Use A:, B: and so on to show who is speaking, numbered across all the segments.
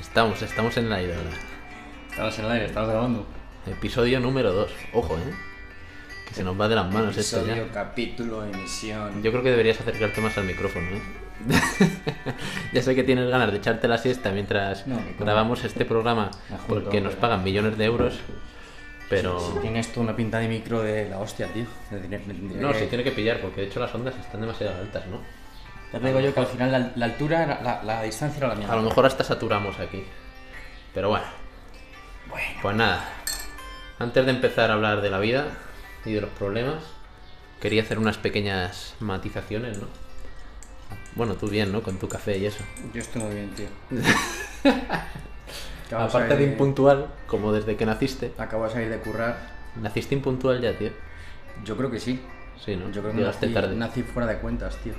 A: Estamos, estamos en el aire ahora.
B: Estamos en el aire, estamos grabando.
A: Episodio número 2. Ojo, eh. Que se nos va de las manos esto
B: Episodio,
A: ya.
B: capítulo, emisión.
A: Yo creo que deberías acercarte más al micrófono, ¿eh? ya sé que tienes ganas de echarte la siesta mientras
B: No, que como-
A: grabamos este programa
B: Me junto,
A: porque nos
B: pero-
A: pagan millones de euros, pero...
B: Tienes tú una pinta de micro de la hostia, tío. De tener- de- de-
A: No,
B: de-
A: se tiene que pillar porque de hecho las ondas están demasiado altas, ¿no?
B: Ya te digo yo que al final la, la altura, era- la, la distancia era la
A: A lo
B: mía.
A: mejor hasta saturamos aquí. Pero bueno,
B: Bueno,
A: pues nada. Antes de empezar a hablar de la vida y de los problemas, quería hacer unas pequeñas matizaciones, ¿no? Bueno, tú bien, ¿no? Con tu café y eso.
B: yo estoy muy bien, tío. Acabo
A: Aparte de
B: salir
A: impuntual, como desde que naciste.
B: Acabo de salir de currar.
A: Naciste impuntual ya, tío.
B: Yo creo que sí.
A: Sí, ¿no?
B: Yo creo que
A: Llegaste
B: nací,
A: tarde.
B: nací fuera de cuentas, tío.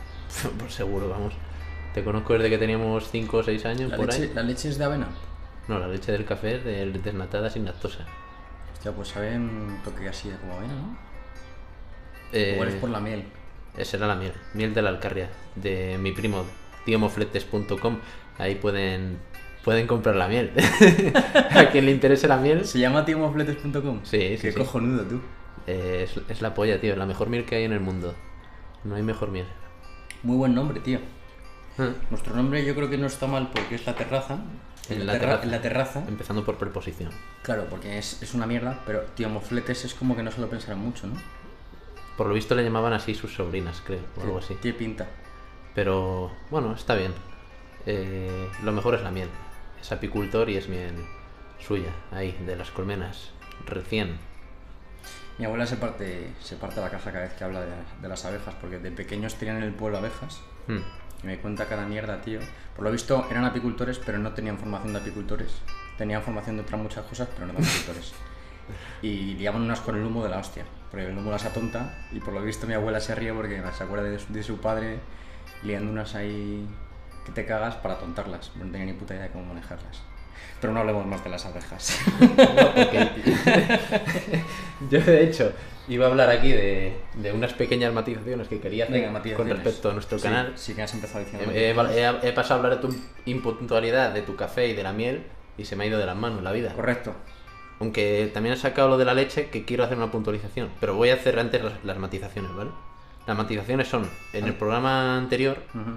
A: Por seguro, vamos. Te conozco desde que teníamos 5 o 6 años
B: ¿La
A: por
B: leche,
A: ahí.
B: la leche es de avena?
A: No, la leche del café es de desnatada sin lactosa.
B: Hostia, pues sabe un toque así de como avena, ¿no?
A: Eh,
B: Igual es por la miel.
A: Esa era la miel, miel de la Alcarria, de mi primo, tiomofletes.com. Ahí pueden, pueden comprar la miel. A quien le interese la miel,
B: ¿Se llama tiomofletes.com?
A: Sí, sí,
B: Qué
A: sí.
B: cojonudo, tú.
A: eh, es, es la polla, tío. La mejor miel que hay en el mundo. No hay mejor miel.
B: Muy buen nombre, tío.
A: Ah,
B: Nuestro nombre yo creo que no está mal porque es la terraza.
A: En
B: En
A: la
B: la, terra-
A: terraza.
B: en la terraza.
A: Empezando por preposición.
B: Claro, porque es, es una mierda, pero tío Mofletes es como que no se lo pensaron mucho, ¿no?
A: Por lo visto le llamaban así sus sobrinas, creo, o algo así.
B: Tiene pinta.
A: Pero bueno, está bien. Eh, lo mejor es la miel. Es apicultor y es miel suya, ahí, de las colmenas, recién.
B: Mi abuela se parte, se parte la caja cada vez que habla de, de las abejas, porque de pequeños tenían en el pueblo abejas.
A: Mm.
B: Y me cuenta cada mierda, tío. Por lo visto eran apicultores, pero no tenían formación de apicultores. Tenían formación de otras muchas cosas, pero no de apicultores. y liaban unas con el humo de la hostia, porque el humo las atonta. Y por lo visto mi abuela se ríe porque se acuerda de su, de su padre liando unas ahí que te cagas para atontarlas. pero No tenía ni puta idea de cómo manejarlas. Pero no hablemos más de las abejas.
A: Yo, de hecho, iba a hablar aquí de, de unas pequeñas matizaciones que quería hacer
B: Venga, Matías.
A: con
B: tienes.
A: respecto a nuestro
B: Sí,
A: canal. Eh,
B: Sí, que has empezado diciendo.
A: He, he- he pasado a hablar de tu impuntualidad, de tu café y de la miel, y se me ha ido de las manos la vida.
B: Correcto.
A: Aunque también he sacado lo de la leche, que quiero hacer una puntualización, pero voy a hacer antes las, las matizaciones, ¿vale? Las matizaciones son, en
B: Ah.
A: el programa anterior,
B: Ujú.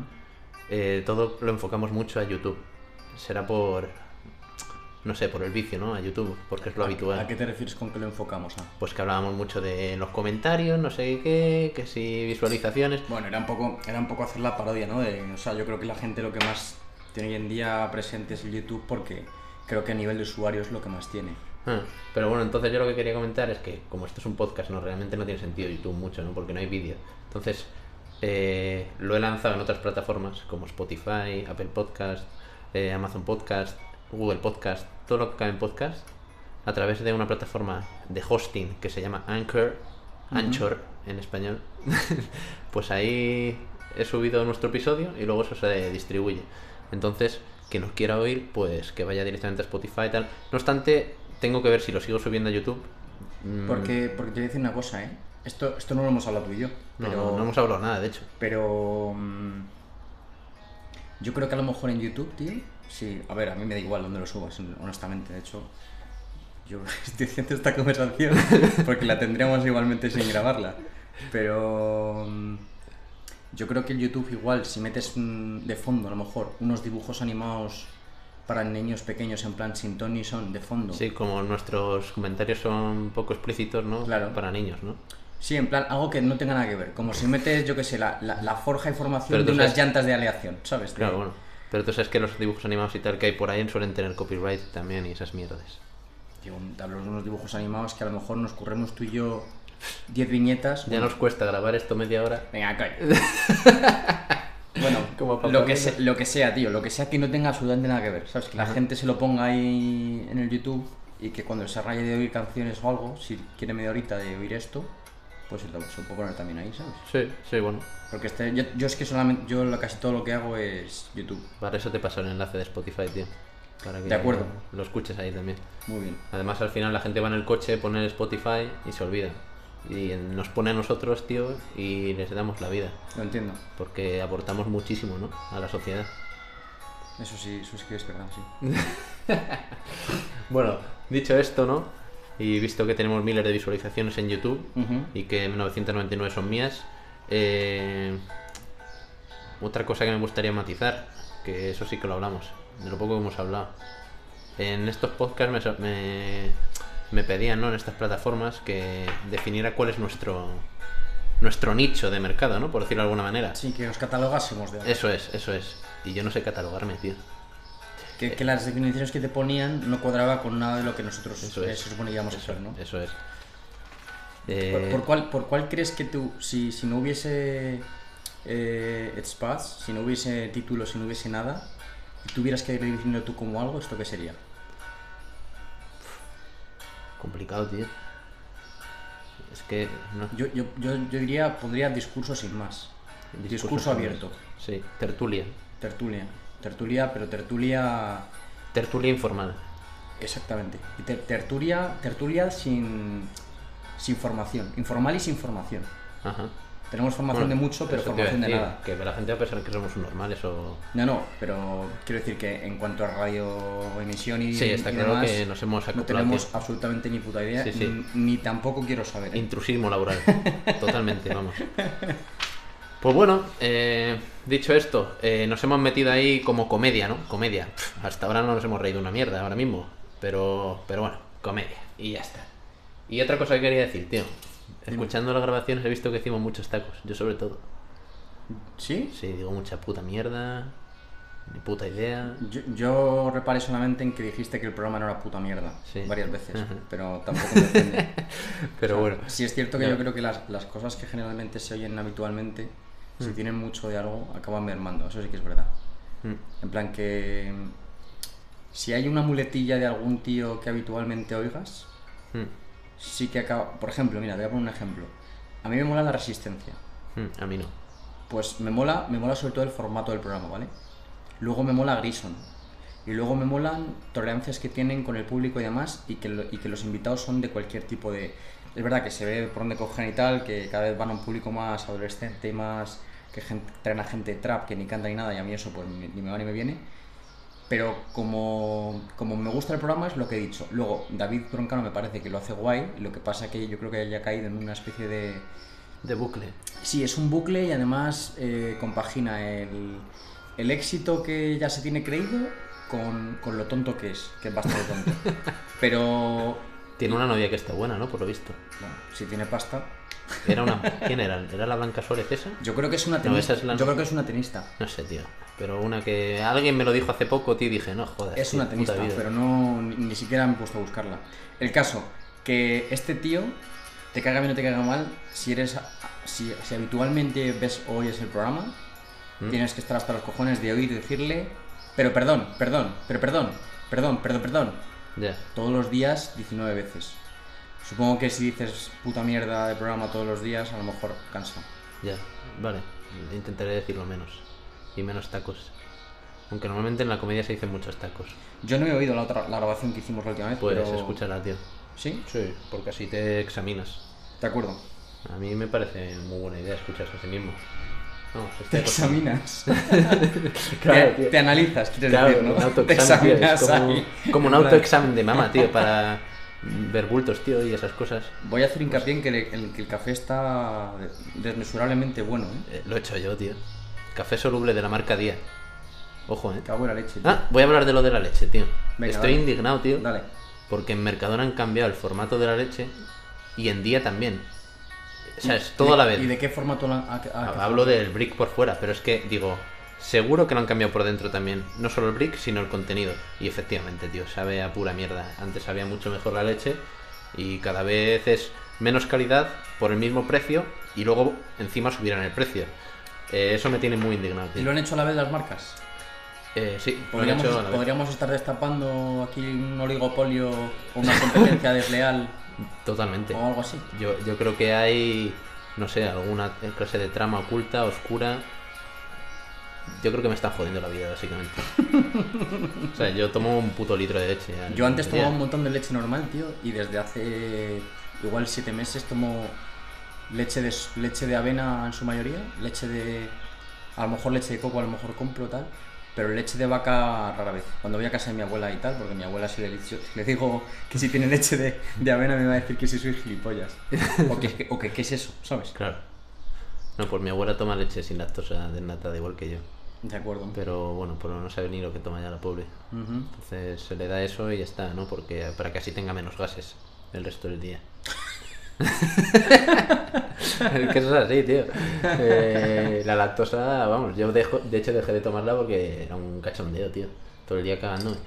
A: eh, todo lo enfocamos mucho a YouTube. Será por, no sé, por el vicio, ¿no? A YouTube, porque es lo habitual.
B: Ah, ¿A qué te refieres con que lo enfocamos? ah?
A: pues que hablábamos mucho de los comentarios, no sé qué, que si visualizaciones.
B: Bueno, era un poco, era un poco hacer la parodia, ¿no? De- o sea, yo creo que la gente lo que más tiene hoy en día presente es el YouTube porque creo que a nivel de usuario es lo que más tiene.
A: Ah, Pero bueno, entonces yo lo que quería comentar es que como esto es un podcast, no realmente no tiene sentido YouTube mucho, ¿no? Porque no hay vídeo. Entonces, eh, lo he lanzado en otras plataformas como Spotify, Apple Podcast, eh, Amazon Podcast, Google Podcast, todo lo que cabe en podcast, a través de una plataforma de hosting que se llama Anchor, Anchor en español. pues ahí he subido nuestro episodio y luego eso se distribuye. Entonces, quien nos quiera oír, pues que vaya directamente a Spotify y tal. No obstante, tengo que ver si lo sigo subiendo a YouTube. Mm,
B: Porque, porque te voy a decir una cosa, ¿eh? Esto, esto no lo hemos hablado tú y yo,
A: no,
B: pero,
A: no, no hemos hablado nada, de hecho.
B: pero mm, yo creo que a lo mejor en YouTube, tío, sí, a ver, a mí me da igual dónde lo subas, honestamente, de hecho, yo estoy haciendo esta conversación porque la tendríamos igualmente sin grabarla, pero mm, yo creo que en YouTube igual, si metes mm, de fondo a lo mejor unos dibujos animados para niños pequeños en plan sin ton ni son de fondo,
A: Sí, como nuestros comentarios son poco explícitos, ¿no?
B: Claro.
A: Para niños, ¿no?
B: Sí, en plan, algo que no tenga nada que ver. Como si metes, yo qué sé, la, la, la forja y
A: Pero
B: formación
A: tú
B: de unas
A: sabes-
B: llantas de aleación, ¿sabes? De-
A: Claro, bueno. Pero tú sabes que los dibujos animados y tal que hay por ahí suelen tener copyright también y esas mierdas.
B: Tío, un- hablo de unos dibujos animados que a lo mejor nos curremos tú y yo 10 viñetas.
A: Ya nos cuesta grabar esto media hora.
B: Venga, calla. bueno,
A: Como papá
B: lo que,
A: Noel.
B: se- lo que sea, tío, lo que sea que no tenga absolutamente nada que ver, ¿sabes? Que la gente se lo ponga ahí en el YouTube y que cuando se raye de oír canciones o algo, si quiere media horita de oír esto, pues se lo, se lo puedo poner también ahí, ¿sabes?
A: Sí, sí, bueno.
B: Porque este, yo, yo es que solamente, yo lo- casi todo lo que hago es YouTube.
A: Para eso te paso el enlace de Spotify, tío. Para que
B: De acuerdo.
A: Lo escuches ahí también.
B: Muy bien.
A: Además, al final la gente va en el coche, pone el Spotify y se olvida. Y nos pone a nosotros, tío, y les damos la vida.
B: Lo entiendo.
A: Porque aportamos muchísimo, ¿no? A la sociedad.
B: Eso sí, eso sí que es verdad, sí.
A: Bueno, dicho esto, ¿no? Y visto que tenemos miles de visualizaciones en YouTube y que 999 son mías, eh, otra cosa que me gustaría matizar, que eso sí que lo hablamos, de lo poco que hemos hablado. En estos podcasts me, so- me- me pedían, ¿no? En estas plataformas que definiera cuál es nuestro nuestro nicho de mercado, ¿no? Por decirlo de alguna manera.
B: Sí, que nos catalogásemos de
A: Eso es, eso es. Y yo no sé catalogarme, tío.
B: que, que las definiciones que te ponían no cuadraba con nada de lo que nosotros
A: Eso
B: eh,
A: es.
B: se supone que íbamos a hacer, ¿no?
A: Eso es. Eh,
B: ¿Por, por cuál, ¿Por cuál crees que tú, si, si no hubiese eh, Spats, si no hubiese título, si no hubiese nada, y tuvieras que definirlo tú como algo, ¿esto qué sería?
A: Complicado, tío. Es que no.
B: Yo, yo, yo, yo diría, pondría discurso sin más. Discurso, abierto.
A: Sí, tertulia.
B: Tertulia. Tertulia, pero tertulia.
A: Tertulia informal.
B: Exactamente. Y ter- tertulia, tertulia sin, sin formación. Informal y sin formación.
A: Ajá.
B: Tenemos formación
A: Bueno,
B: de mucho, pero
A: eso te iba a
B: formación de
A: decir,
B: nada.
A: Que la gente va a pensar que somos normales o.
B: No, no, pero quiero decir que en cuanto a radio emisión y,
A: Sí, está
B: y
A: claro
B: demás,
A: que nos hemos
B: no
A: acoplado.
B: tenemos
A: tío.
B: absolutamente ni puta idea,
A: Sí, sí.
B: n- ni tampoco quiero saber. ¿eh?
A: Intrusismo laboral. Totalmente, vamos. Pues bueno, eh, dicho esto, eh, nos hemos metido ahí como comedia, ¿no? Comedia. Pff, Hasta ahora no nos hemos reído una mierda ahora mismo. Pero, pero bueno, comedia. Y ya está. Y otra cosa que quería decir, tío. Escuchando las grabaciones he visto que hicimos muchos tacos. Yo sobre todo.
B: ¿Sí?
A: Sí, digo mucha puta mierda. Ni puta idea.
B: Yo, yo reparé solamente en que dijiste que el programa no era puta mierda
A: Sí.
B: varias veces,
A: Ajá.
B: pero tampoco me ofende.
A: Pero bueno.
B: pues Sí es cierto que
A: Ya.
B: yo creo que las, las cosas que generalmente se oyen habitualmente, si tienen mucho de algo, acaban mermando, eso sí que es verdad.
A: Mm,
B: En plan que mm, si hay una muletilla de algún tío que habitualmente oigas,
A: mm,
B: sí que acaba... Por ejemplo, mira, te voy a poner un ejemplo. A mí me mola la resistencia.
A: mm, A mí no.
B: Pues me mola, me mola sobre todo el formato del programa, ¿vale? Luego me mola Grison. Y luego me molan tolerancias que tienen con el público y demás, y que, lo- y que los invitados son de cualquier tipo de... Es verdad que se ve por dónde cogen y tal, que cada vez van a un público más adolescente y más... que gente, traen a gente trap que ni canta ni nada, y a mí eso pues ni, ni me va ni me viene. Pero como, como me gusta el programa es lo que he dicho. Luego, David Broncano me parece que lo hace guay, lo que pasa que yo creo que haya caído en una especie de...
A: De bucle.
B: Sí, es un bucle y además eh, compagina el, el éxito que ya se tiene creído con, con lo tonto que es, que es bastante tonto. Pero,
A: Tiene una novia que está buena, ¿no? Por lo visto.
B: bueno, si tiene pasta.
A: Era una... ¿Quién era? ¿Era la Blanca Suárez esa?
B: Yo creo que es una
A: No, esa
B: tenista.
A: es la-
B: Yo creo que es una tenista.
A: No sé, tío. Pero una que... Alguien me lo dijo hace poco, tío, y dije, no, joder.
B: Es
A: tío,
B: una tenista,
A: puta vida.
B: pero no ni- ni siquiera me he puesto a buscarla. El caso, que este tío, te caga bien o te caga mal, si eres si, si habitualmente ves o oyes el programa,
A: Mm.
B: tienes que estar hasta los cojones de oír y decirle, pero perdón, perdón, pero perdón, perdón, perdón, perdón,
A: Ya.
B: todos los días 19 veces. Supongo que si dices puta mierda de programa todos los días, a lo mejor cansa.
A: Ya, vale. Intentaré decirlo menos. Y menos tacos. Aunque normalmente en la comedia se dicen muchos tacos.
B: Yo no he oído la, otra, la grabación que hicimos la última vez,
A: Pues
B: pero...
A: escúchala, tío.
B: ¿Sí?
A: Sí, porque así te examinas.
B: De acuerdo.
A: A mí me parece muy buena idea escucharse a sí mismo. Vamos,
B: Te
A: estoy acostumbrado.
B: examinas.
A: Claro,
B: te,
A: tío.
B: te analizas, quieres
A: Claro,
B: decir,
A: un
B: ¿no? Te
A: autoexamen, tío, es
B: examinas ahí.
A: como, como un
B: En plan,
A: autoexamen de mama, tío, para ver bultos, tío, y esas cosas.
B: Voy a hacer hincapié en que, le- en que el café está desmesurablemente bueno, ¿eh?
A: Eh, lo he hecho yo, tío. Café soluble de la marca Día. Ojo, eh.
B: Me Cago en la leche. tío.
A: Ah, voy a hablar de lo de la leche, tío.
B: Venga,
A: Estoy
B: dale.
A: indignado, tío.
B: Dale.
A: Porque en Mercadona han cambiado el formato de la leche y en Día también. O sea, es todo
B: ¿Y de-
A: a la vez. Ah,
B: ¿Y de qué formato la, a- a- qué
A: Hablo del brick por fuera, pero es que digo, seguro que lo han cambiado por dentro también. No solo el brick, sino el contenido. Y efectivamente, tío, sabe a pura mierda. Antes sabía mucho mejor la leche y cada vez es menos calidad por el mismo precio y luego encima subirán el precio. Eh, eso me tiene muy indignado,
B: ¿Y
A: tío.
B: lo han hecho a la vez las marcas?
A: Eh, sí, lo han
B: ¿Podríamos,
A: hecho a la vez.
B: podríamos estar destapando aquí un oligopolio o una competencia desleal
A: Totalmente.
B: o algo así?
A: Yo, yo creo que hay, no sé, alguna clase de trama oculta, oscura, Yo creo que me están jodiendo la vida, básicamente. o sea, yo tomo un puto litro de leche. al
B: Yo antes
A: día.
B: tomaba un montón de leche normal, tío, y desde hace igual siete meses tomo leche de, s- leche de avena en su mayoría, leche de... A lo mejor leche de coco, a lo mejor compro tal, pero leche de vaca rara vez. Cuando voy a casa de mi abuela y tal, porque mi abuela si le, dicho- le digo que si tiene leche de, de avena me va a decir que si soy gilipollas. O que, o que qué es eso, ¿sabes?
A: Claro. No, pues mi abuela toma leche sin lactosa desnatada igual que yo.
B: De acuerdo.
A: Pero bueno, pero no sabe ni lo que toma ya la pobre.
B: Ujú.
A: Entonces se le da eso y ya está, ¿no? Porque para que así tenga menos gases el resto del día. es que eso es así, tío. Eh, la lactosa, vamos, yo dejo, de hecho dejé de tomarla porque era un cachondeo, tío. Todo el día cagándome.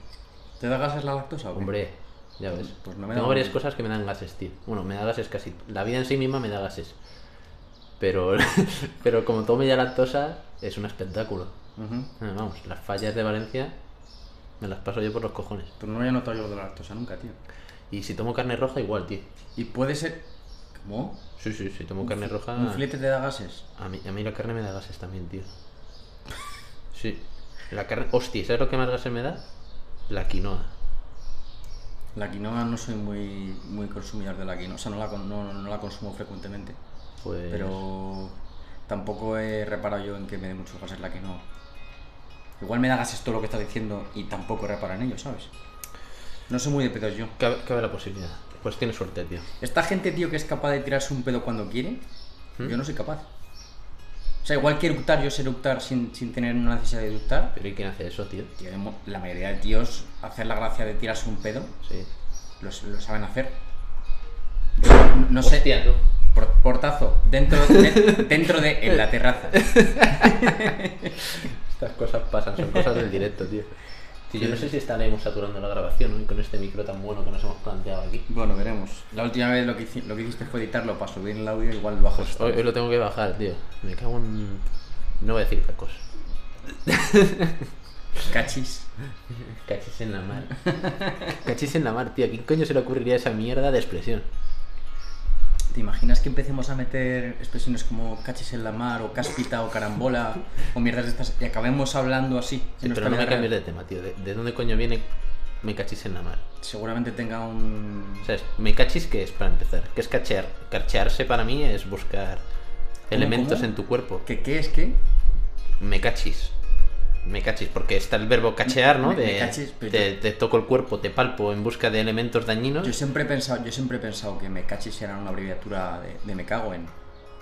B: ¿Te da gases la lactosa? o qué?
A: Hombre, ya ves.
B: Pues no me da
A: Tengo varias
B: ganas.
A: cosas que me dan gases, tío. Bueno, me da gases casi. La vida en sí misma me da gases. Pero, pero como tome ya lactosa, es un espectáculo.
B: Ujú.
A: Eh, Vamos, las fallas de Valencia me las paso yo por los cojones.
B: Pero no había notado yo lo de la lactosa nunca, tío.
A: Y si tomo carne roja, igual, tío.
B: Y puede ser... ¿Cómo?
A: Sí, sí, si tomo carne roja.
B: ¿Un filete te da gases?
A: A mí, a mí la carne me da gases también, tío. Sí. La carne. Hostia, ¿sabes lo que más gases me da? La quinoa.
B: La quinoa no soy muy, muy consumidor de la quinoa, o sea, no la, con- no, no la consumo frecuentemente,
A: Pues.
B: pero tampoco he reparado yo en que me dé muchos gases la quinoa. Igual me da gases todo lo que estás diciendo y tampoco he reparado en ello, ¿sabes? No soy muy de pedos yo.
A: Cabe, cabe la posibilidad. Pues tienes suerte, tío.
B: Esta gente, tío, que es capaz de tirarse un pedo cuando quiere,
A: ¿Mm?
B: yo no soy capaz. O sea, igual que eructar, yo sé eructar sin, sin tener una necesidad de eructar.
A: Pero ¿y quién hace eso, tío?
B: Tío, hay mo- la mayoría de tíos, hacer la gracia de tirarse un pedo,
A: Sí.
B: lo, lo saben hacer. Yo no, no sé.
A: Hostia, tú.
B: Por- portazo, dentro de, dentro de en la terraza.
A: Estas cosas pasan, son cosas del directo, tío. Tío, yo no sé si estaremos saturando la grabación ¿no? Y con este micro tan bueno que nos hemos planteado aquí.
B: Bueno, veremos. La última vez lo que, hici- lo que hiciste fue editarlo para subir el audio, igual lo bajo.
A: Pues, Hoy, hoy lo tengo que bajar, tío. Me cago en. No voy a decir tacos.
B: Cachis.
A: Cachis en la mar. Cachis en la mar, tío. ¿A quién coño se le ocurriría esa mierda de expresión?
B: ¿Te imaginas que empecemos a meter expresiones como cachis en la mar o cáspita o carambola o mierdas de estas y acabemos hablando así? en
A: Sí,
B: nuestra
A: pero no
B: vida
A: me cambies
B: real?
A: de tema, tío. ¿De, de dónde coño viene me cachis en la mar?
B: Seguramente tenga un...
A: O sea, es- me cachis que es para empezar. Que es cachear. Carchearse para mí es buscar elementos
B: cómo?
A: en tu cuerpo.
B: ¿Qué, qué es qué?
A: Me cachis. Me cachis, porque está el verbo cachear, ¿no?
B: Me- me
A: De,
B: cachis, pero
A: te,
B: yo-
A: te toco el cuerpo, te palpo en busca de elementos dañinos.
B: Yo siempre he pensado, yo siempre he pensado que me cachis era una abreviatura de, de me cago en.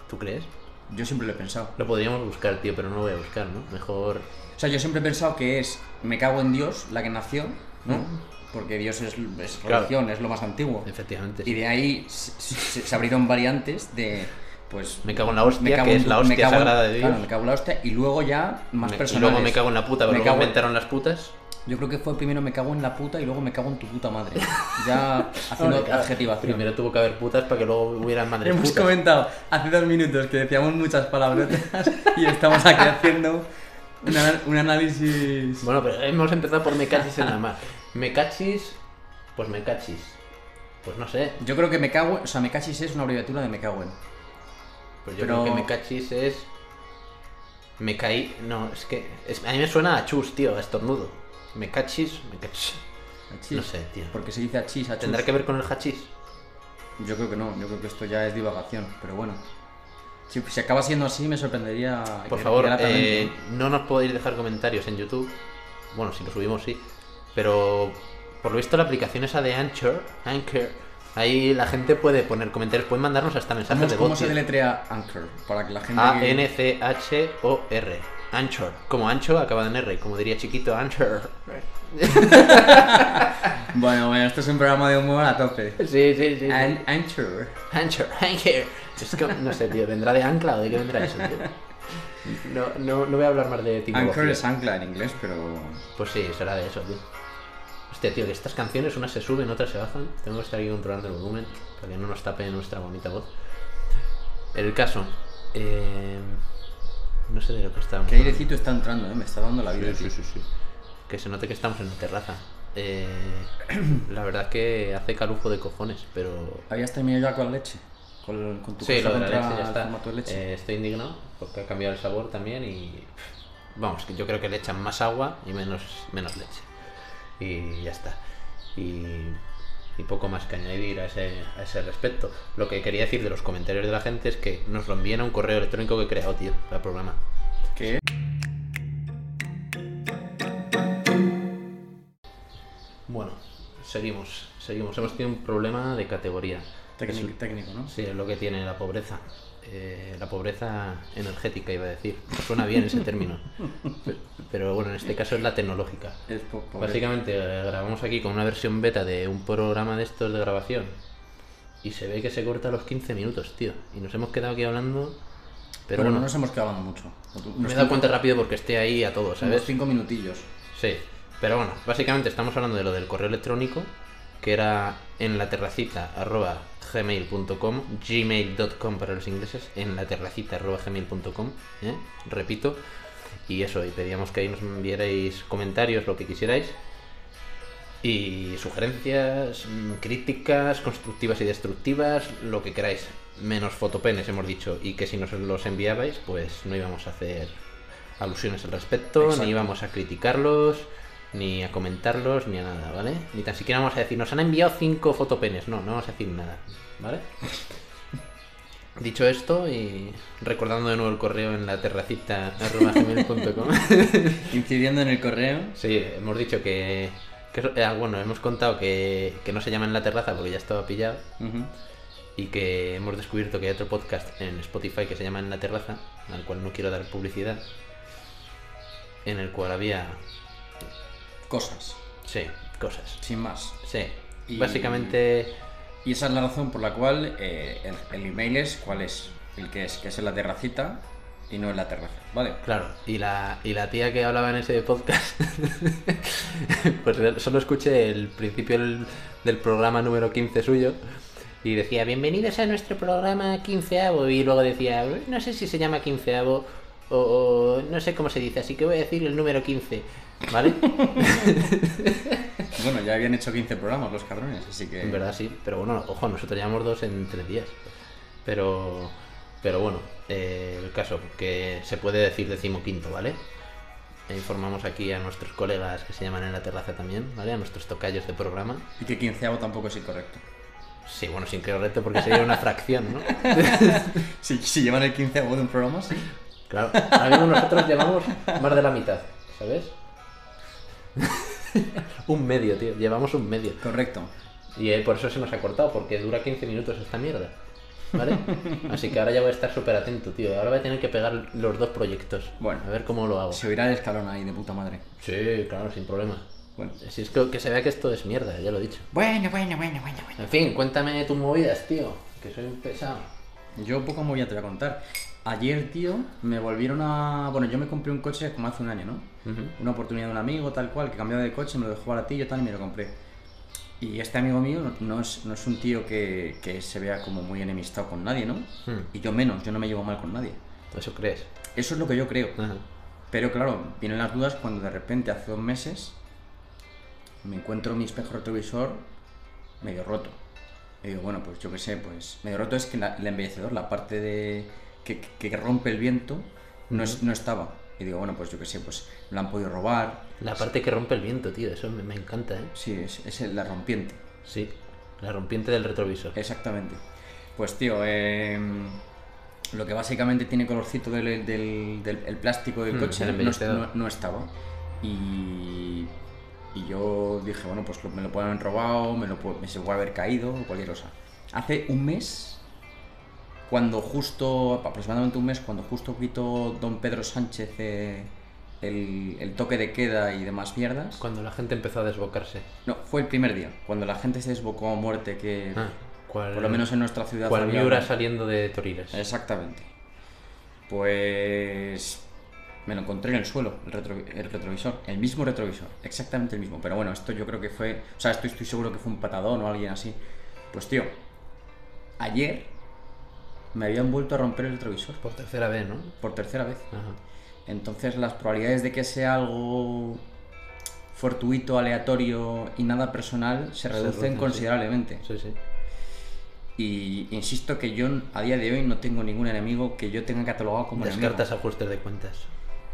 A: ¿Tú crees?
B: Yo siempre lo he pensado.
A: Lo podríamos buscar, tío, pero no lo voy a buscar, ¿no? Mejor.
B: O sea, yo siempre he pensado que es me cago en Dios, la que nació, ¿no? Porque Dios es, es
A: Claro.
B: religión, es lo más antiguo.
A: Efectivamente.
B: Y
A: sí.
B: de ahí se, se- se abrieron variantes de, pues...
A: Me cago en la hostia, que es la
B: me
A: hostia
B: cago en-
A: sagrada de Dios.
B: Claro, me cago en la hostia y luego ya más
A: Me- y
B: personales.
A: luego me cago en la puta, pero
B: Me
A: luego
B: cago en-
A: inventaron las putas.
B: Yo creo que fue primero me cago en la puta y luego me cago en tu puta madre. Ya haciendo adjetivación.
A: Primero tuvo que haber putas para que luego hubieran madres
B: Hemos
A: putas.
B: comentado hace dos minutos que decíamos muchas palabrotas y estamos aquí haciendo un, ana- un análisis...
A: Bueno, pero hemos empezado por me cachis en la mar. Me cachis, pues me cachis. Pues no sé.
B: Yo creo que me cago, o sea, me cachis es una abreviatura de me cago en.
A: Pues yo
B: Pero-
A: creo que me cachis es. Me caí. No, es que. es- A mí me suena a chus, tío, a estornudo. Me cachis, me cachis.
B: Achis.
A: No sé, tío.
B: Porque se dice achis, achus.
A: ¿Tendrá que ver con el hachís?
B: Yo creo que no, yo creo que esto ya es divagación, pero bueno. Si, si acaba siendo así, me sorprendería.
A: Por
B: gr-
A: favor,
B: gratamente.
A: eh, no nos podéis dejar comentarios en YouTube. Bueno, si lo subimos, sí. Pero por lo visto, la aplicación esa de Anchor, Anchor ahí la gente puede poner comentarios, pueden mandarnos hasta mensajes
B: ¿Cómo,
A: de
B: cómo
A: voz.
B: se
A: tío.
B: deletrea Anchor? Para que la gente. que-
A: A-N-C-H-O-R. Anchor. Como ancho, acabado en R. Como diría chiquito, Anchor.
B: Bueno, bueno, esto es un programa de humor a tope.
A: Sí, sí, sí.
B: An- Anchor.
A: Anchor, Anchor. Es que, no sé, tío, ¿vendrá de ancla o de qué vendrá eso, tío? No, no, no voy a hablar más de etimología.
B: Anchor es ancla en inglés, pero.
A: Pues sí, será de eso, tío. Hostia, tío, que estas canciones unas se suben, otras se bajan. Tengo que estar aquí controlando el volumen para que no nos tape nuestra bonita voz. El caso. eh, no sé de lo que estábamos.
B: Qué airecito está entrando, ¿eh? me está dando la vida.
A: hablando. Sí,
B: tío.
A: sí, sí, sí. Que se note que estamos en la terraza. Eh, la verdad es que hace calufo de cojones, pero.
B: ¿Habías terminado ya con la leche? Con, con tu
A: Sí,
B: cosa
A: lo de la
B: contra
A: leche ya
B: el
A: está.
B: formato de leche.
A: Eh, estoy indignado porque ha cambiado el sabor también y. Vamos, que yo creo que le echan más agua y menos, menos leche. Y ya está. Y, y poco más que añadir a ese, a ese respecto. Lo que quería decir de los comentarios de la gente es que nos lo envíen a un correo electrónico que he creado, tío, para el programa.
B: ¿Qué?
A: Bueno, seguimos, seguimos. Hemos tenido un problema de categoría.
B: Técnico,
A: Eso-
B: técnico, ¿no?
A: Sí, es lo que tiene la pobreza. Eh, la pobreza energética, iba a decir. Suena bien ese término. Pe- Pero bueno, en este caso es la tecnológica.
B: Es po- pobre.
A: Básicamente eh, grabamos aquí con una versión beta de un programa de estos de grabación. Y se ve que se corta a los 15 minutos, tío. Y nos hemos quedado aquí hablando. Pero
B: Pero bueno,
A: bueno,
B: no nos hemos quedado hablando mucho.
A: me he dado cuenta rápido porque esté ahí a todo,
B: ¿sabes?
A: ¿sabes?
B: Cinco minutillos.
A: Sí, pero bueno, básicamente estamos hablando de lo del correo electrónico, que era en la terracita arroba gmail.com, gmail.com para los ingleses, en la terracita arroba gmail.com, ¿eh? repito, y eso, y pedíamos que ahí nos enviarais comentarios, lo que quisierais, y sugerencias, mm, críticas, constructivas y destructivas, lo que queráis, menos fotopenes hemos dicho, y que si nos los enviabais, pues no íbamos a hacer alusiones al respecto,
B: Exacto.
A: ni íbamos a criticarlos, ni a comentarlos, ni a nada, ¿vale? Ni tan siquiera vamos a decir, nos han enviado cinco fotopenes, no, no vamos a decir nada, ¿vale? Dicho esto, y recordando de nuevo el correo en la terracita arroba gmail.com.
B: Incidiendo en el correo.
A: Sí, hemos dicho que. que eso- ah, bueno, hemos contado que, que no se llama en la terraza porque ya estaba pillado.
B: Ujú.
A: Y que hemos descubierto que hay otro podcast en Spotify que se llama En la terraza, al cual no quiero dar publicidad. En el cual había.
B: Cosas,
A: Sí, cosas.
B: sin más.
A: Sí.
B: Y-
A: Básicamente.
B: Y esa es la razón por la cual eh, el, el email es cuál es. El que es, que es en la terracita y no en la terraza. Vale.
A: Claro, y la, y la tía que hablaba en ese podcast, pues solo escuché el principio del, del programa número 15 suyo y decía, bienvenidos a nuestro programa quinceavo y luego decía, no sé si se llama quinceavo o, o no sé cómo se dice, así que voy a decir el número 15, ¿vale?
B: Bueno, ya habían hecho 15 programas los cabrones, así que.
A: En verdad sí, pero bueno, ojo, nosotros llevamos dos en tres días. Pero, pero bueno, eh, el caso, que se puede decir decimoquinto, ¿vale? E informamos aquí a nuestros colegas que se llaman en la terraza también, ¿vale? A nuestros tocayos de programa.
B: Y que quinceavo tampoco es incorrecto.
A: Sí, bueno, sin creo reto porque sería una fracción, ¿no?
B: Si, si llevan el quinceavo de un programa, sí.
A: Claro, ahora mismo nosotros llevamos más de la mitad, ¿sabes? un medio, tío, llevamos un medio.
B: Correcto.
A: Y eh, por eso se nos ha cortado, porque dura 15 minutos esta mierda. ¿Vale? Así que ahora ya voy a estar súper atento, tío. Ahora voy a tener que pegar los dos proyectos.
B: Bueno.
A: A ver cómo lo hago.
B: Se oirá el escalón ahí de puta madre.
A: Sí, claro, sin problema.
B: Bueno.
A: Si es que, que se vea que esto es mierda, ya lo he dicho.
B: Bueno, bueno, bueno, bueno, bueno.
A: En fin, cuéntame tus movidas, tío. Que soy un pesado.
B: Yo poco me voy a te voy a contar. Ayer, tío, me volvieron a. Bueno, yo me compré un coche como hace un año, ¿no? Una oportunidad de un amigo, tal cual, que cambiaba de coche, me lo dejó baratillo, tal, y me lo compré. Y este amigo mío no, no es, no es un tío que, que se vea como muy enemistado con nadie, ¿no?
A: Hmm.
B: Y yo menos, yo no me llevo mal con nadie.
A: ¿Eso crees?
B: Eso es lo que yo creo.
A: Ajá.
B: Pero claro, vienen las dudas cuando de repente hace dos meses me encuentro mi espejo retrovisor medio roto. Y digo, bueno, pues yo qué sé, pues medio roto es que la- el embellecedor, la parte de que, que rompe el viento, no, es- no estaba. Y digo, bueno, pues yo qué sé, pues lo han podido robar.
A: La parte que rompe el viento, tío. Eso me, me encanta, ¿eh?
B: Sí, es, es el- la rompiente.
A: Sí. La rompiente del retrovisor.
B: Exactamente. Pues tío, eh, lo que básicamente tiene colorcito del, del- del- el plástico del
A: Mm,
B: coche
A: el
B: no,
A: embellecedor.
B: no- no estaba. Y, y yo dije, bueno, pues lo- me lo pueden haber robado, me, lo, pu- me se puede haber caído, o cualquier cosa. Hace un mes, cuando justo, aproximadamente un mes, cuando justo quitó don Pedro Sánchez eh, el, el toque de queda y demás mierdas.
A: Cuando la gente empezó a desbocarse.
B: No, fue el primer día, cuando la gente se desbocó a muerte, que
A: Ah, cual-
B: por lo menos en nuestra ciudad.
A: cual
B: había-
A: Miura saliendo de Toriles.
B: Exactamente. Pues me lo encontré en el suelo, el, retrovi- el retrovisor, el mismo retrovisor, exactamente el mismo. Pero bueno, esto yo creo que fue, o sea, estoy, estoy seguro que fue un patadón o alguien así. Pues tío, ayer me habían vuelto a romper el retrovisor
A: Por tercera vez, ¿no?
B: por tercera vez.
A: Ajá.
B: Entonces las probabilidades de que sea algo fortuito, aleatorio y nada personal se
A: Se
B: reducen
A: reducen, sí.
B: considerablemente.
A: Sí, sí.
B: Y insisto que yo a día de hoy no tengo ningún enemigo que yo tenga catalogado como
A: Descartas
B: enemigo.
A: ajustes de cuentas.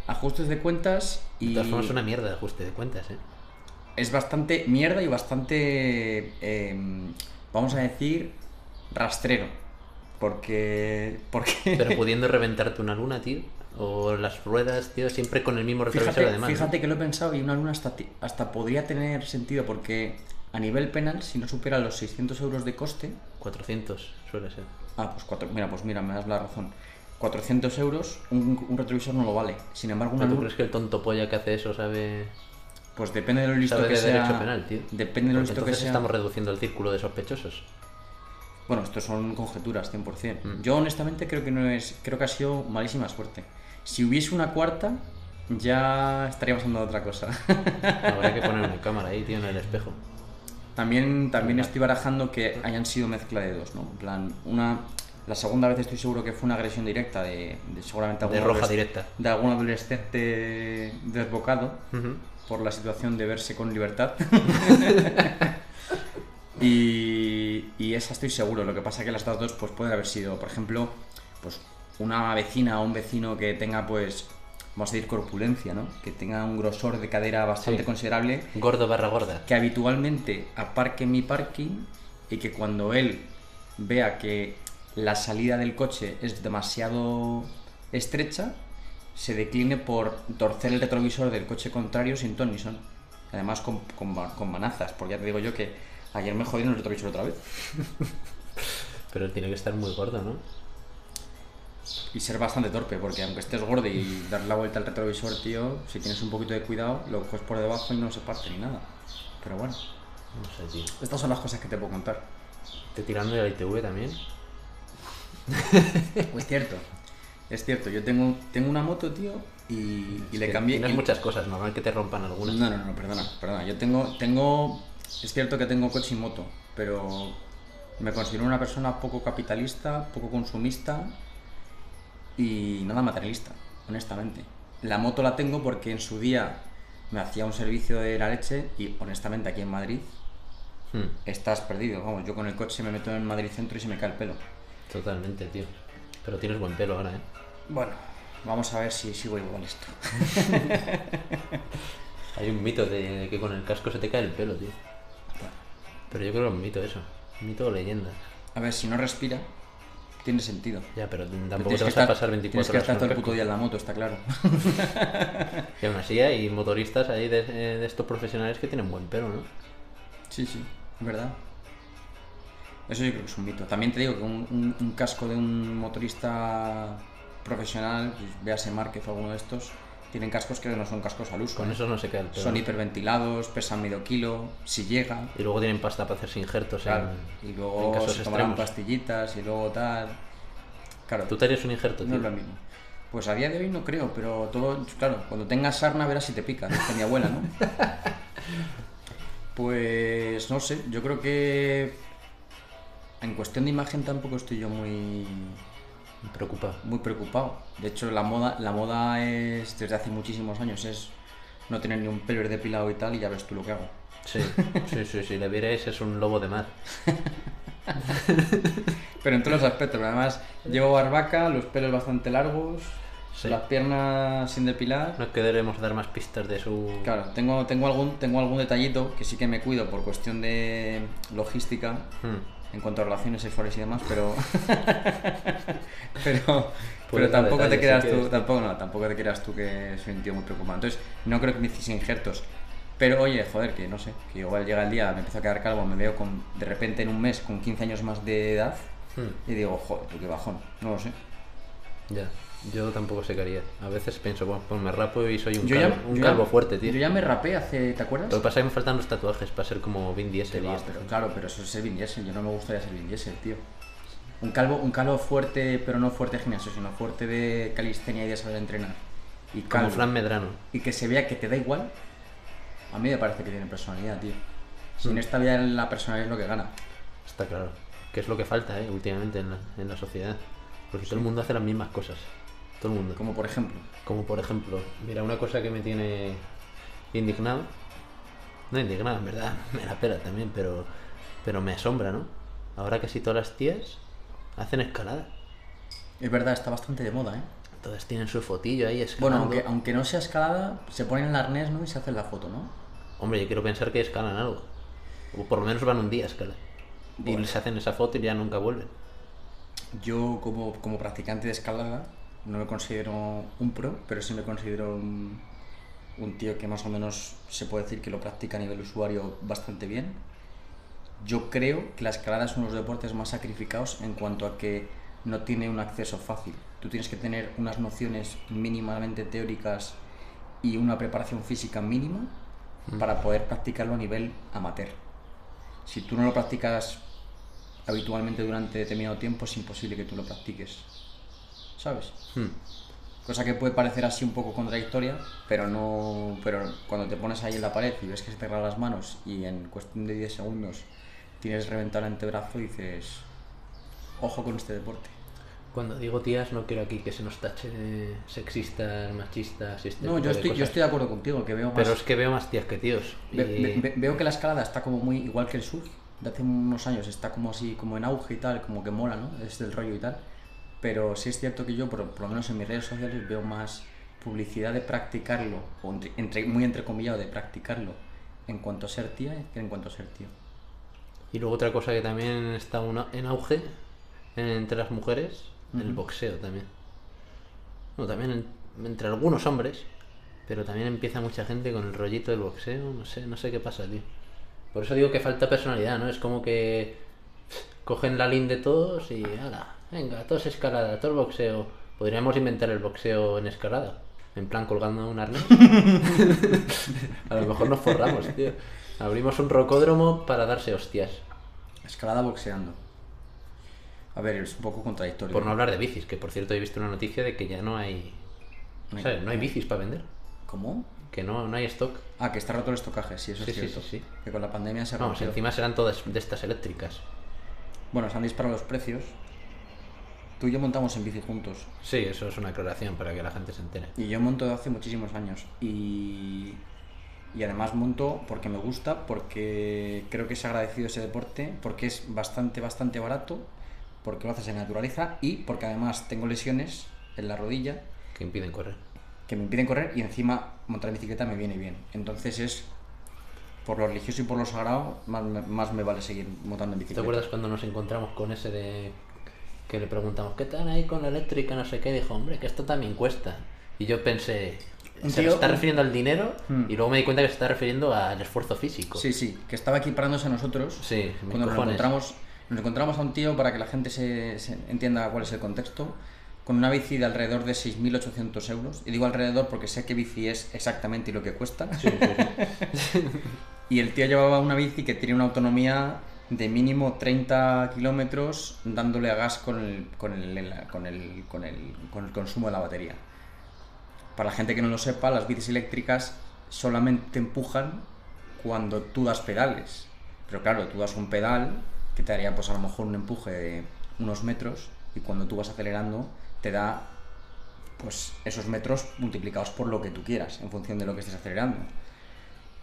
B: ajustes de cuentas y...
A: De todas formas, es una mierda de ajuste de cuentas, ¿eh?
B: es bastante mierda y bastante, eh, vamos a decir, rastrero. Porque... porque...
A: Pero pudiendo reventarte una luna, tío. O las ruedas, tío, siempre con el mismo retrovisor
B: Fíjate,
A: además. ¿no?
B: fíjate que lo he pensado y una luna hasta, ti- hasta podría tener sentido porque a nivel penal, si no supera los 600 euros de coste,
A: 400 suele ser.
B: ah, pues cuatro, mira, pues mira, me das la razón. 400 euros, un, un retrovisor no lo vale. Sin embargo, una
A: ¿Pero tú
B: luna,
A: crees que el tonto polla que hace eso sabe,
B: pues depende de lo listo
A: sabe
B: que
A: de
B: sea.
A: derecho penal, tío?
B: Depende
A: Porque
B: de lo listo que
A: entonces
B: sea.
A: estamos reduciendo el círculo de sospechosos.
B: Bueno, esto son conjeturas, 100%.
A: Mm.
B: Yo honestamente creo que no es, creo que ha sido malísima suerte. Si hubiese una cuarta, ya estaríamos hablando de otra cosa.
A: Habría que poner una cámara ahí, tío, en el espejo.
B: también también estoy barajando que hayan sido mezcla de dos, ¿no? En plan, una la segunda vez estoy seguro que fue una agresión directa de, de seguramente
A: De
B: algún
A: roja
B: adolesc-
A: directa.
B: de algún adolescente desbocado
A: Ujú.
B: por la situación de verse con libertad. y, y esa estoy seguro. Lo que pasa que las otras dos pues, pueden haber sido, por ejemplo, pues una vecina o un vecino que tenga, pues, vamos a decir, corpulencia, ¿no? Que tenga un grosor de cadera bastante
A: Sí.
B: considerable,
A: Gordo barra gorda.
B: que habitualmente aparque en mi parking y que cuando él vea que la salida del coche es demasiado estrecha, se decline por torcer el retrovisor del coche contrario sin ton ni son. Además con, con, ba- con manazas, porque ya te digo yo que ayer me jodieron el retrovisor otra vez.
A: Pero tiene que estar muy gordo, ¿no?
B: Y ser bastante torpe, porque aunque estés gordo y dar la vuelta al retrovisor, tío, si tienes un poquito de cuidado, lo coges por debajo y no se parte ni nada. Pero bueno,
A: No sé, tío.
B: estas son las cosas que te puedo contar.
A: ¿Te tirando de la ITV también?
B: Es cierto, es cierto. Yo tengo, tengo una moto, tío, y, y
A: Es
B: le
A: que
B: cambié.
A: Tienes
B: y-
A: muchas cosas, normal que te rompan algunas.
B: No, no, no, perdona, perdona. Yo tengo, tengo. Es cierto que tengo coche y moto, pero me considero una persona poco capitalista, poco consumista y nada materialista, honestamente. La moto la tengo porque en su día me hacía un servicio de la leche y honestamente aquí en Madrid
A: Hmm,
B: estás perdido. Vamos, yo con el coche me meto en Madrid centro y se me cae el pelo.
A: totalmente, tío. Pero tienes buen pelo ahora, ¿eh?
B: Bueno, vamos a ver si sigo igual esto.
A: Hay un mito de que con el casco se te cae el pelo, tío. Pero yo creo que es un mito eso. Un mito o leyenda.
B: A ver, si no respira, tiene sentido.
A: Ya, pero
B: Pero
A: tampoco te
B: tienes que
A: vas
B: estar-
A: a pasar 24
B: Tienes que
A: horas
B: estar
A: con
B: todo el
A: casco.
B: puto día en la moto, está claro.
A: Y aún así hay motoristas ahí de, eh, de estos profesionales que tienen buen pelo, ¿no?
B: sí, sí, es verdad. Eso yo creo que es un mito. También te digo que un, un- un casco de un motorista profesional, pues, véase Márquez o alguno de estos, tienen cascos que no son cascos al uso.
A: Con
B: ¿eh?
A: eso no se cae el pelo.
B: Son hiperventilados, pesan medio kilo, si llega.
A: Y luego tienen pasta para hacerse injertos
B: Claro.
A: en,
B: Y
A: en
B: luego
A: casos
B: se tomarán
A: extremos.
B: pastillitas y luego tal. Claro,
A: Tú te harías un injerto,
B: No
A: tío.
B: es lo mismo. Pues a día de hoy no creo, pero todo, claro, cuando tengas sarna verás si te pica, dice mi abuela, ¿no? Pues no sé, yo creo que en cuestión de imagen tampoco estoy yo muy
A: Me preocupa.
B: muy preocupado. De hecho, la moda la moda es desde hace muchísimos años es no tener ni un pelo depilado y tal y ya ves tú lo que hago.
A: Sí, sí, sí, sí. Le vierais es un lobo de mar.
B: Pero en todos los aspectos, pero además llevo barbaca, los pelos bastante largos,
A: Sí.
B: las piernas sin depilar.
A: No es que debemos dar más pistas de su...
B: Claro, tengo, tengo, algún, tengo algún detallito que sí que me cuido por cuestión de logística
A: Hmm.
B: en cuanto a relaciones sexuales y demás, pero. pero
A: Puedes
B: pero
A: dar
B: tampoco te
A: Pues detalles si
B: creas tú.
A: quieres.
B: Tampoco, no, tampoco te creas tú que soy un tío muy preocupado. Entonces, no creo que me hiciese injertos. Pero oye, joder, que no sé, que igual llega el día, me empiezo a quedar calvo, me veo con, de repente en un mes con 15 años más de edad
A: Hmm.
B: y digo, joder, tú qué bajón, no lo sé.
A: Ya. Yo tampoco sé qué haría. A veces pienso, bueno, pues me rapo y soy un,
B: Yo ya-
A: calvo, un
B: yo ya-
A: calvo fuerte, tío.
B: Yo ya me rapé hace, ¿te acuerdas?
A: Lo que pasa es que me faltan los tatuajes para ser como Vin
B: Te
A: Diesel y
B: va,
A: esto.
B: pero claro, pero eso es ser Vin Diesel, yo no me gustaría ser Vin Diesel, tío. Un calvo, un calvo fuerte, pero no fuerte de gimnasio, sino fuerte de calistenia y de saber entrenar. Y
A: Como
B: calvo.
A: Fran Medrano.
B: Y que se vea que te da igual. A mí me parece que tiene personalidad, tío. Si en
A: Mm.
B: esta vida la personalidad es lo que gana.
A: Está claro. Que es lo que falta, ¿eh? Últimamente en la, en la sociedad. Porque todo el mundo hace las mismas cosas. Todo el mundo.
B: Como por ejemplo,
A: Como por ejemplo, mira, una cosa que me tiene indignado. No indignado, en verdad, me la pela también, pero, pero me asombra, ¿no? Ahora casi todas las tías hacen escalada.
B: es verdad, está bastante de moda, ¿eh?
A: Todas tienen su fotillo ahí
B: Bueno,
A: escalando.
B: aunque, aunque no sea escalada, se ponen el arnés, ¿no? Y se hacen la foto, ¿no?
A: Hombre, yo quiero pensar que escalan algo. O por lo menos van un día a escalar. Y
B: Bueno.
A: les hacen esa foto y ya nunca vuelven.
B: Yo como, como practicante de escalada no me considero un pro, pero sí me considero un, un tío que más o menos se puede decir que lo practica a nivel usuario bastante bien. Yo creo que la escalada es uno de los deportes más sacrificados en cuanto a que no tiene un acceso fácil. Tú tienes que tener unas nociones mínimamente teóricas y una preparación física mínima para poder practicarlo a nivel amateur. Si tú no lo practicas habitualmente durante determinado tiempo es imposible que tú lo practiques. ¿Sabes?
A: Hmm.
B: Cosa que puede parecer así un poco contradictoria, pero no. Pero cuando te pones ahí en la pared y ves que se te agarran las manos y en cuestión de 10 segundos tienes reventado el antebrazo y dices. Ojo con este deporte.
A: Cuando digo tías, no quiero aquí que se nos tache de sexistas, machistas, y este
B: No,
A: tipo
B: yo
A: de
B: estoy, yo
A: cosas.
B: estoy de acuerdo contigo, que veo más.
A: Pero es que veo más tías que tíos.
B: Ve-
A: y-
B: ve- ve- veo que la escalada está como muy igual que el surf. De hace unos años está como así, como en auge y tal, como que mola, ¿no? Es del rollo y tal. Pero sí es cierto que yo, por, por lo menos en mis redes sociales, veo más publicidad de practicarlo, o entre, entre- muy entrecomillado de practicarlo, en cuanto a ser tía que en cuanto a ser tío.
A: Y luego otra cosa que también está una- en auge en- entre las mujeres, el boxeo también. No, también en- entre algunos hombres, pero también empieza mucha gente con el rollito del boxeo, no sé, no sé qué pasa, tío. Por eso digo que falta personalidad, ¿no? Es como que cogen la lin de todos y ala, venga, todos escalada, todos boxeo. Podríamos inventar el boxeo en escalada, en plan colgando un arnés. A lo mejor nos forramos, tío. Abrimos un rocódromo para darse hostias.
B: Escalada boxeando. A ver, es un poco contradictorio.
A: Por no hablar de bicis, que por cierto he visto una noticia de que ya no hay.
B: No hay-
A: ¿Sabes? No hay bicis para vender.
B: ¿Cómo?
A: Que no, no hay stock.
B: Ah, que está roto el estocaje, sí, eso
A: Sí,
B: es
A: sí,
B: cierto.
A: sí, sí.
B: Que con la pandemia se
A: Vamos,
B: rompió.
A: encima serán todas de estas eléctricas.
B: Bueno, se han disparado los precios. Tú y yo montamos en bici juntos.
A: Sí, eso es una aclaración para que la gente se entere.
B: Y yo monto de hace muchísimos años. Y, y además monto porque me gusta, porque creo que es agradecido ese deporte, porque es bastante, bastante barato, porque lo haces en naturaleza y porque además tengo lesiones en la rodilla
A: Que impiden correr.
B: que me impiden correr y encima montar en bicicleta me viene bien. Entonces es, por lo religioso y por lo sagrado, más me, más me vale seguir montando en
A: ¿Te
B: bicicleta.
A: acuerdas cuando nos encontramos con ese de. que le preguntamos, ¿qué tal ahí con la eléctrica? No sé qué. Dijo, hombre, que esto también cuesta. Y yo pensé.
B: Un
A: Se
B: tío-
A: está refiriendo al dinero
B: Hmm.
A: y luego me di cuenta que se está refiriendo al esfuerzo físico.
B: Sí, sí, que estaba aquí parándose a nosotros.
A: Sí, mis
B: cuando nos
A: cojones.
B: encontramos, nos encontramos a un tío para que la gente se, se entienda cuál es el contexto. Con una bici de alrededor de 6.800 euros. Y digo alrededor porque sé qué bici es exactamente y lo que cuesta. y el tío llevaba una bici que tiene una autonomía de mínimo 30 kilómetros dándole a gas con el, con, el, con, el, con, el, con el consumo de la batería. Para la gente que no lo sepa, las bicis eléctricas solamente te empujan cuando tú das pedales. Pero claro, tú das un pedal que te daría pues a lo mejor un empuje de unos metros y cuando tú vas acelerando te da pues esos metros multiplicados por lo que tú quieras en función de lo que estés acelerando.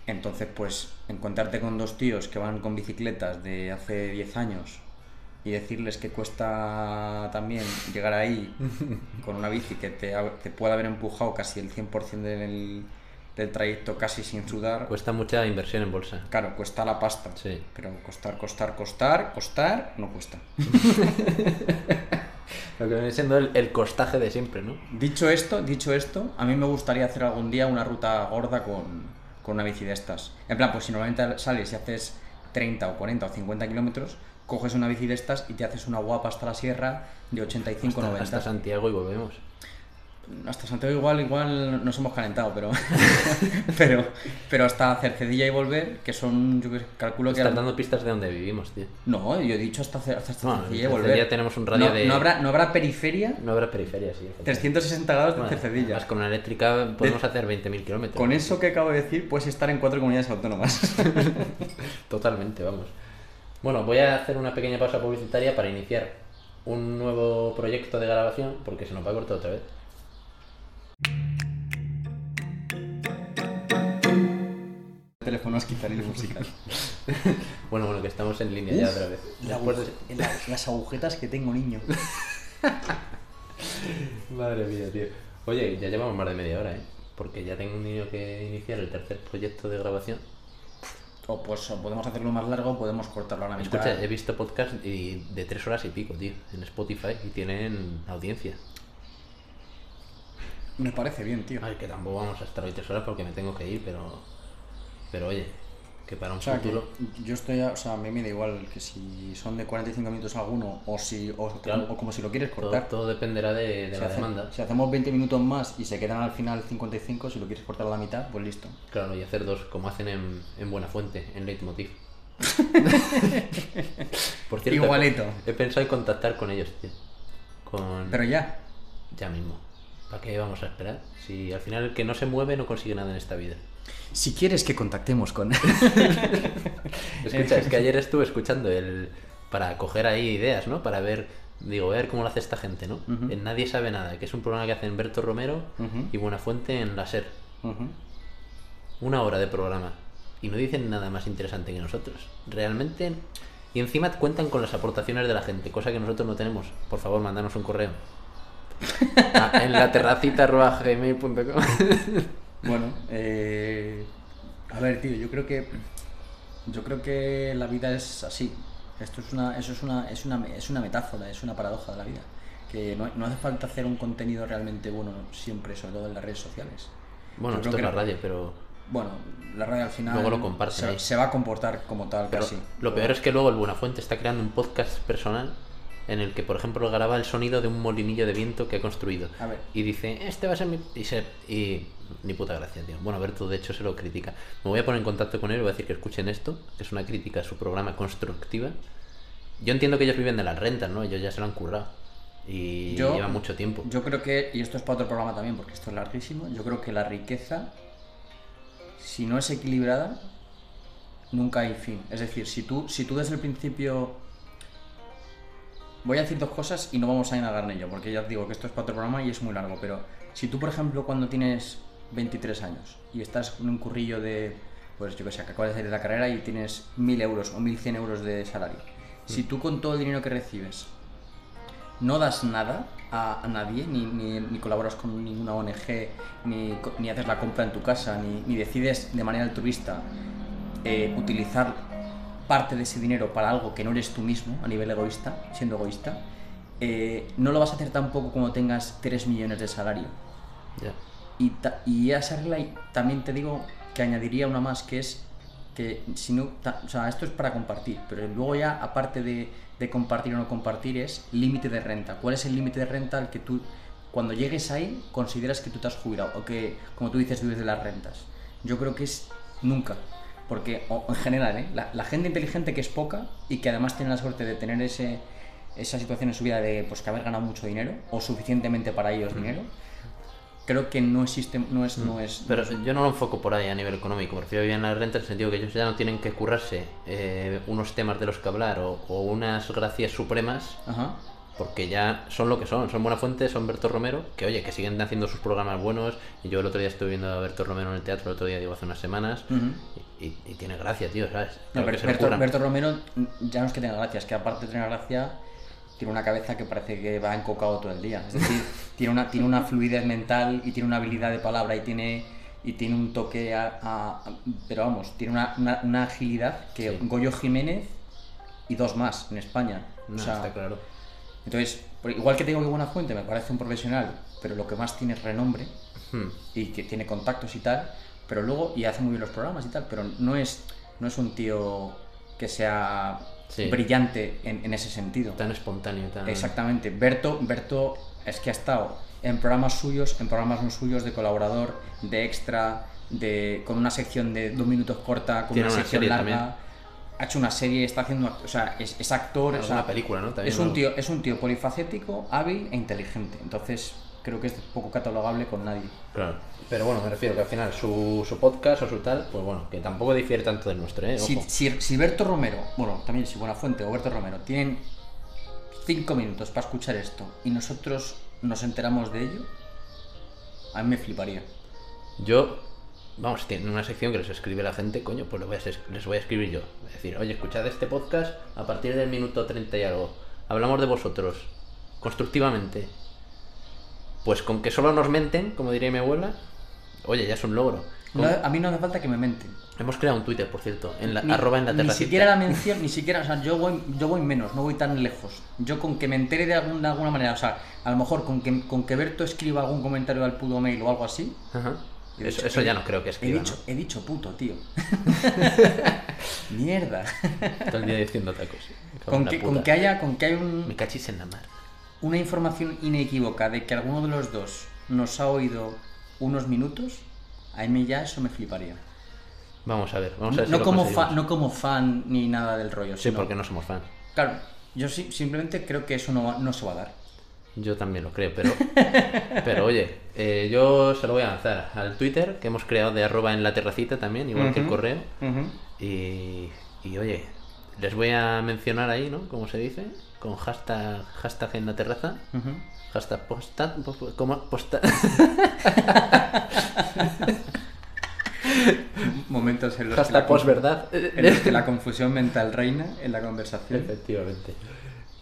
B: Entonces, pues encontrarte con dos tíos que van con bicicletas de hace 10 años y decirles que cuesta también llegar ahí con una bici que te, ha- te puede haber empujado casi el 100% del, del trayecto casi sin sudar,
A: Cuesta mucha inversión en bolsa.
B: claro, cuesta la pasta.
A: Sí.
B: Pero costar, costar, costar, costar, no cuesta.
A: Lo que viene siendo el, el costaje de siempre, ¿no?
B: Dicho esto, dicho esto, a mí me gustaría hacer algún día una ruta gorda con, con una bici de estas. En plan, pues si normalmente sales y haces 30 o 40 o 50 kilómetros, coges una bici de estas y te haces una guapa hasta la sierra de 85 o 90.
A: Hasta Santiago y volvemos.
B: Hasta Santiago igual, igual nos hemos calentado, pero pero, pero hasta Cercedilla y volver, que son, yo que- calculo que...
A: Estás
B: eran-
A: dando pistas de donde vivimos, tío.
B: No, yo he dicho hasta, Cer- hasta
A: Bueno, en
B: Cercedilla y
A: Cercedilla
B: volver.
A: tenemos un radio
B: no,
A: de-
B: No habrá, no habrá periferia
A: No habrá periferia, sí. efectivamente.
B: 360 grados de
A: Bueno,
B: Cercedilla.
A: además, con una eléctrica podemos hacer 20.000 kilómetros.
B: Con eso que acabo de decir, puedes estar en cuatro comunidades autónomas.
A: Totalmente, vamos. Bueno, voy a hacer una pequeña pausa publicitaria para iniciar un nuevo proyecto de grabación porque se nos va a cortar otra vez.
B: Teléfonos quitar el musical.
A: Bueno, bueno, que estamos en línea ya otra vez. Después de-
B: las agujetas que tengo, niño.
A: Madre mía, tío. Oye, ya llevamos más de media hora, ¿eh? Porque ya tengo un niño que iniciar el tercer proyecto de grabación.
B: O pues o podemos hacerlo más largo o podemos cortarlo a la mitad.
A: Escucha, he visto podcast y de tres horas y pico, tío, en Spotify y tienen audiencia.
B: Me parece bien, tío.
A: Ay, que tampoco vamos a estar hoy tres horas porque me tengo que ir, pero. Pero oye, que para un
B: O sea, que
A: futuro.
B: yo estoy, a, o sea, a mí me da igual que si son de 45 minutos alguno o si o,
A: Claro.
B: o como si lo quieres
A: Todo,
B: cortar.
A: todo dependerá de, de
B: si,
A: la
B: hace-
A: demanda.
B: si hacemos 20 minutos más y se quedan al final 55, si lo quieres cortar a la mitad, pues listo.
A: Claro, y hacer dos, como hacen en, en Buena Fuente, en Leitmotiv. Por cierto,
B: Igualito.
A: he pensado en contactar con ellos, tío. Con...
B: Pero ya.
A: Ya mismo. ¿Para qué vamos a esperar? Si al final el que no se mueve no consigue nada en esta vida.
B: Si quieres que contactemos con
A: Escucha, es que ayer estuve escuchando el para coger ahí ideas, ¿no? Para ver, digo, voy a ver cómo lo hace esta gente, ¿no?
B: Ujú.
A: En Nadie sabe nada, que es un programa que hacen Berto Romero
B: Ujú.
A: y Buenafuente en la SER. Una hora de programa. Y no dicen nada más interesante que nosotros. Realmente. Y encima cuentan con las aportaciones de la gente, cosa que nosotros no tenemos. Por favor, mándanos un correo. A- en la terracita arroba gmail.com.
B: Bueno, eh, a ver, tío, yo creo que yo creo que la vida es así. Esto es una, eso es una, es una, es una metáfora, es una paradoja de la vida. Que no, no hace falta hacer un contenido realmente bueno siempre, sobre todo en las redes sociales.
A: Bueno,
B: Yo creo
A: esto
B: que
A: es la
B: no.
A: radio, pero.
B: Bueno, la radio al final
A: Luego lo comparten
B: se,
A: ahí.
B: se va a comportar como tal,
A: pero
B: casi.
A: lo peor es que luego el Buenafuente está creando un podcast personal en el que, por ejemplo, graba el sonido de un molinillo de viento que ha construido.
B: A ver.
A: Y dice, este va a ser mi. Y, se- y ni puta gracia, tío. Bueno, Berto de hecho se lo critica. Me voy a poner en contacto con él y voy a decir que escuchen esto. que Es una crítica a su programa constructiva. Yo entiendo que ellos viven de las rentas, ¿no? Ellos ya se lo han currado. Y
B: Yo-
A: llevan mucho tiempo.
B: Yo creo que, y esto es para otro programa también, porque esto es larguísimo, yo creo que la riqueza, si no es equilibrada, nunca hay fin. Es decir, si tú, si tú desde el principio... Voy a decir dos cosas y no vamos a indagar en ello, porque ya te digo que esto es para otro programa y es muy largo, pero si tú, por ejemplo, cuando tienes 23 años y estás en un currillo de, pues yo que sé, que acabas de salir de la carrera y tienes 1.000 euros o 1.100 euros de salario,
A: Mm.
B: si tú con todo el dinero que recibes no das nada a, a nadie, ni, ni- ni colaboras con ninguna ONG, ni, co- ni haces la compra en tu casa, ni, ni decides de manera altruista eh, utilizar parte de ese dinero para algo que no eres tú mismo a nivel egoísta, siendo egoísta, eh, no lo vas a hacer tampoco como tengas 3 millones de salario.
A: Ya.
B: Y, ta- y esa regla y también te digo que añadiría una más que es que si no, ta- o sea, esto es para compartir, pero luego ya aparte de, de compartir o no compartir es límite de renta. ¿Cuál es el límite de renta al que tú cuando llegues ahí consideras que tú te has jubilado o que como tú dices vives de las rentas? Yo creo que es nunca, porque o- en general, ¿eh? la, la gente inteligente que es poca y que además tiene la suerte de tener ese esa situación en su vida de pues que haber ganado mucho dinero o suficientemente para ellos dinero creo que no existe, no es, no es.
A: Mm. Pero yo no lo enfoco por ahí a nivel económico, me refiero bien a la renta en el sentido que ellos ya no tienen que currarse eh, unos temas de los que hablar o, o unas gracias supremas,
B: Ajá.
A: porque ya son lo que son, son Buena Fuente, son Berto Romero, que oye, que siguen haciendo sus programas buenos, y yo el otro día estuve viendo a Berto Romero en el teatro, el otro día digo hace unas semanas,
B: Ujú.
A: y, y- y tiene gracia, tío, ¿sabes?
B: No,
A: Claro que
B: pero
A: se lo
B: Berto,
A: curran.
B: Berto Romero ya no es que tenga gracia, es que aparte de tener gracia, tiene una cabeza que parece que va encocado todo el día. Es decir, tiene una, tiene una fluidez mental y tiene una habilidad de palabra y tiene y tiene un toque a, a- a- pero vamos, tiene una, una- una agilidad que
A: Sí.
B: Goyo Jiménez y dos más en España. O
A: No,
B: sea,
A: está claro.
B: Entonces, por- igual que tengo que buena fuente, me parece un profesional, pero lo que más tiene es renombre.
A: Hmm.
B: y que tiene contactos y tal, pero luego, y hace muy bien los programas y tal, pero no es, no es un tío que sea
A: Sí.
B: brillante en, en ese sentido.
A: Tan espontáneo, tan...
B: Exactamente. Berto, Berto es que ha estado en programas suyos, en programas no suyos, de colaborador, de extra, de, con una sección de dos minutos corta, con
A: Tiene una
B: sección
A: serie
B: larga.
A: también.
B: Ha hecho una serie, está haciendo. act- O sea, es, es actor. o sea,
A: Alguna película, ¿no? También
B: es un,
A: algo.
B: tío, es un tío polifacético, hábil e inteligente. Entonces, creo que es poco catalogable con nadie.
A: Claro. Pero bueno, me refiero que al final su, su podcast o su tal, pues bueno, que tampoco difiere tanto del nuestro, ¿eh? Ojo.
B: Si, si, si Berto Romero, bueno, también si Buenafuente o Berto Romero tienen cinco minutos para escuchar esto y nosotros nos enteramos de ello, a mí me fliparía.
A: Yo, vamos, tienen una sección que les escribe la gente, coño, pues lo voy a es- les voy a escribir yo. Es decir, oye, escuchad este podcast a partir del minuto 30 y algo. Hablamos de vosotros, constructivamente. Pues con que solo nos menten, como diría mi abuela, oye, ya es un logro. Con-
B: No- a mí no hace falta que me menten.
A: Hemos creado un Twitter, por cierto, en la,
B: Ni-
A: arroba en la
B: Ni
A: terracita.
B: siquiera la mención, ni siquiera, o sea, yo voy, yo voy menos, no voy tan lejos. Yo con que me entere de, algún- de alguna manera, o sea, a lo mejor con que, con que Berto escriba algún comentario al puto mail o algo así.
A: Ajá.
B: he
A: Eso,
B: dicho-
A: eso
B: he-
A: ya no creo que
B: He
A: escriba,
B: dicho, he dicho puto, tío. Mierda.
A: ¿no? Todo el día diciendo tacos.
B: Con que, con que haya, con que haya un,
A: Me cachis en la mar.
B: una información inequívoca de que alguno de los dos nos ha oído unos minutos, a mí ya eso me fliparía.
A: Vamos a ver, vamos a ver si
B: no,
A: lo
B: como fa-
A: conseguimos.
B: no como fan ni nada del rollo.
A: Sí,
B: sino-
A: porque no somos fans.
B: Claro, yo sí- simplemente creo que eso no, va- no se va a dar.
A: Yo también lo creo, pero. pero oye, eh, yo se lo voy a lanzar al Twitter que hemos creado de arroba en la terracita también, igual que el
B: Ujú.
A: correo. Y, y, oye, les voy a mencionar ahí, ¿no? Como se dice, con hashtag, hashtag en la terraza.
B: Ujú.
A: Hashtag posta. po- po- ¿Cómo? Posta.
B: Momentos en los, que la
A: hashtag
B: conf-
A: posverdad.
B: en los que la confusión mental reina en la conversación.
A: Efectivamente.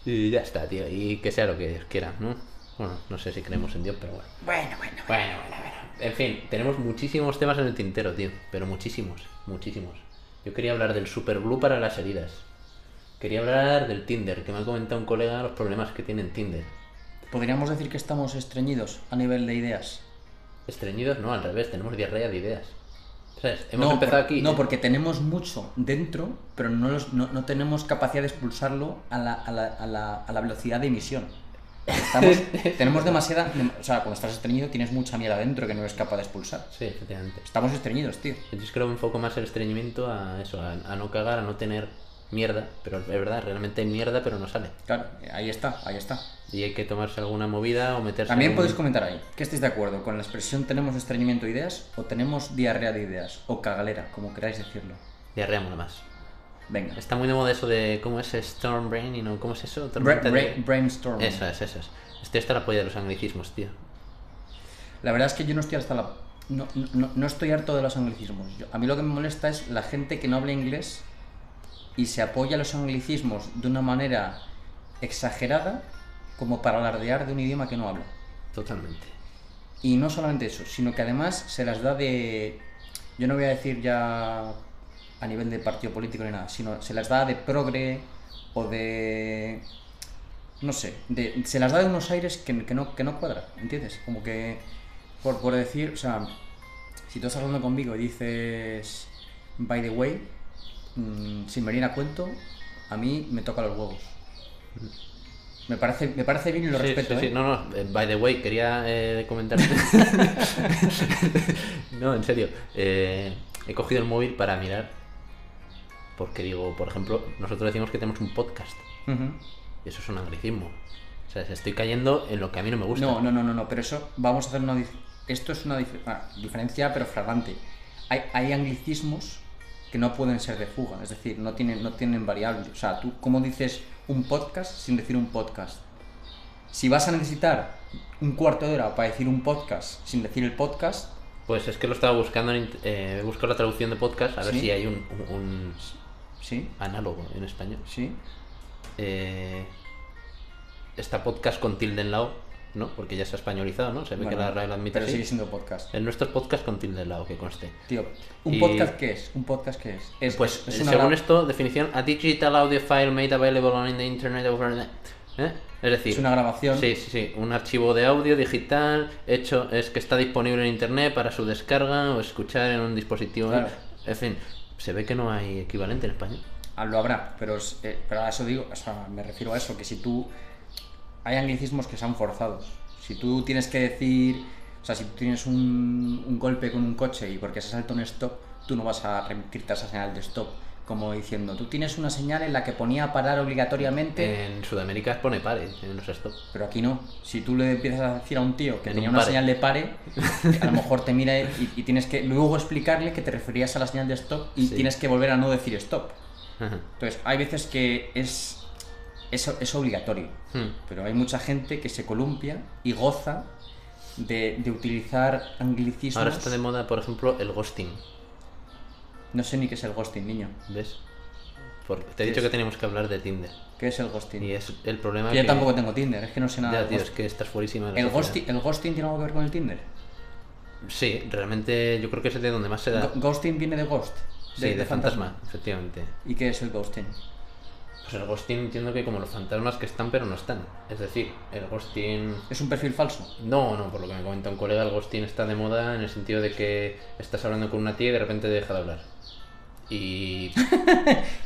A: Y ya está, tío. Y que sea lo que quieran, ¿no? Bueno, no sé si creemos en Dios, pero bueno.
B: Bueno, bueno.
A: Bueno, bueno, bueno. En fin, tenemos muchísimos temas en el tintero, tío. Pero muchísimos, muchísimos. Yo quería hablar del superglue para las heridas. Quería hablar del Tinder, que me ha comentado un colega los problemas que tiene en Tinder.
B: Podríamos decir que estamos estreñidos a nivel de ideas.
A: Estreñidos, no, al revés, tenemos diarrea de ideas. ¿Sabes? Hemos
B: no,
A: empezado
B: por-
A: aquí. ¿eh?
B: no, porque tenemos mucho dentro, pero no, los- no, no tenemos capacidad de expulsarlo a la, a la, a la- a la velocidad de emisión. Estamos- tenemos demasiada. O sea, cuando estás estreñido tienes mucha mierda dentro que no eres capaz de expulsar.
A: Sí, efectivamente.
B: Estamos estreñidos, tío.
A: Yo creo que enfoco más el estreñimiento a eso, a, a no cagar, a no tener mierda. Pero es verdad, realmente hay mierda, pero no sale.
B: Claro, ahí está, ahí está.
A: Y hay que tomarse alguna movida o meterse.
B: También
A: algún-
B: podéis comentar ahí, ¿qué estáis de acuerdo? ¿Con la expresión tenemos estreñimiento de ideas o tenemos diarrea de ideas? O cagalera, como queráis decirlo.
A: Diarrea mola más.
B: Venga.
A: Está muy de moda eso de cómo es storm braining o cómo es eso.
B: Bra-
A: Tormenta
B: bra-
A: de-
B: brainstorming.
A: Eso es, eso es. Estoy hasta la polla de los anglicismos, tío.
B: La verdad es que yo no estoy hasta la. No, no- no estoy harto de los anglicismos. Yo- a mí lo que me molesta es la gente que no habla inglés y se apoya a los anglicismos de una manera exagerada como para alardear de un idioma que no habla.
A: Totalmente.
B: Y no solamente eso, sino que además se las da de. Yo no voy a decir ya a nivel de partido político ni nada, sino se las da de progre o de. No sé, de- se las da de unos aires que, que no, que no cuadra, ¿entiendes? Como que. Por, por decir, o sea, si tú estás hablando conmigo y dices. By the way, mm, sin venir a cuento, a mí me toca los huevos. Me parece, me parece bien y lo
A: Mm. Sí,
B: respeto,
A: sí, sí.
B: ¿eh?
A: No, no, eh, by the way, quería eh, comentar. no, en serio. eh, he cogido el móvil para mirar. Porque digo, por ejemplo, nosotros decimos que tenemos un podcast.
B: Ujú.
A: Y eso es un anglicismo. O sea, estoy cayendo en lo que a mí no me gusta.
B: No, no, no, no, no, pero eso vamos a hacer una dif- esto es una dif- ah, diferencia pero flagrante. Hay, hay anglicismos que no pueden ser de fuga, es decir, no tienen no tienen variable, o sea, tú cómo dices un podcast sin decir un podcast. Si vas a necesitar un cuarto de hora para decir un podcast sin decir el podcast,
A: Pues es que lo estaba buscando. En, int- eh, busco la traducción de podcast a ver
B: Sí.
A: si hay un- un- un
B: sí,
A: análogo en español.
B: sí.
A: eh, está podcast con tilde en la O, ¿no? Porque ya se ha españolizado, ¿no? Se ve
B: bueno,
A: que la RAE lo admite
B: pero
A: así.
B: sigue siendo podcast.
A: En nuestro es podcast con tilde en la O, que conste.
B: Tío, un
A: Eh, Y-
B: podcast qué es? Un podcast qué es? Es
A: Pues,
B: es
A: eh,
B: una
A: según
B: gra-
A: esto, definición, a digital audio file made available on the internet over the... ¿Eh? Es decir,
B: es una grabación.
A: sí, sí, sí, un archivo de audio digital hecho, es que está disponible en internet para su descarga o escuchar en un dispositivo.
B: Claro.
A: En fin, se ve que no hay equivalente en español.
B: Ah, lo habrá, pero, es- eh, pero a eso digo, o sea, me refiero a eso, que si tú. Hay anglicismos que sean forzados. Si tú tienes que decir. O sea, si tú tienes un, un golpe con un coche y porque se salta un stop, tú no vas a remitirte a esa señal de stop. Como diciendo, tú tienes una señal en la que ponía parar obligatoriamente,
A: En Sudamérica pone pare, en los stop.
B: pero aquí no. Si tú le empiezas a decir a un tío que
A: En
B: tenía
A: un
B: una
A: pare.
B: señal de pare, a lo mejor te mira y, y tienes que luego explicarle que te referías a la señal de stop y
A: Sí.
B: tienes que volver a no decir stop.
A: Ajá.
B: Entonces, hay veces que es, es, es obligatorio,
A: Hmm.
B: pero hay mucha gente que se columpia y goza de, de utilizar anglicismos.
A: Ahora está de moda, por ejemplo, el ghosting.
B: No sé ni qué es el ghosting, niño.
A: ¿Ves? Porque te he dicho
B: es?
A: que teníamos que hablar de Tinder.
B: ¿Qué es el ghosting?
A: Y es el problema
B: Que Yo
A: que-
B: tampoco tengo Tinder, es que no sé nada.
A: Ya,
B: del
A: tío, es
B: ghost-
A: que estás fuerísima de la
B: ¿El,
A: sociedad.
B: ghosting, ¿El ghosting tiene algo que ver con el Tinder?
A: Sí, realmente yo creo que es de donde más se da.
B: Go- ¿Ghosting viene de ghost?
A: Sí, de, fantasma, efectivamente.
B: ¿Y qué es el ghosting?
A: Pues el ghosting entiendo que como los fantasmas que están pero no están. Es decir, el ghosting...
B: ¿Es un perfil falso?
A: No, no, por lo que me comenta un colega, el ghosting está de moda en el sentido de que estás hablando con una tía y de repente deja de hablar. Y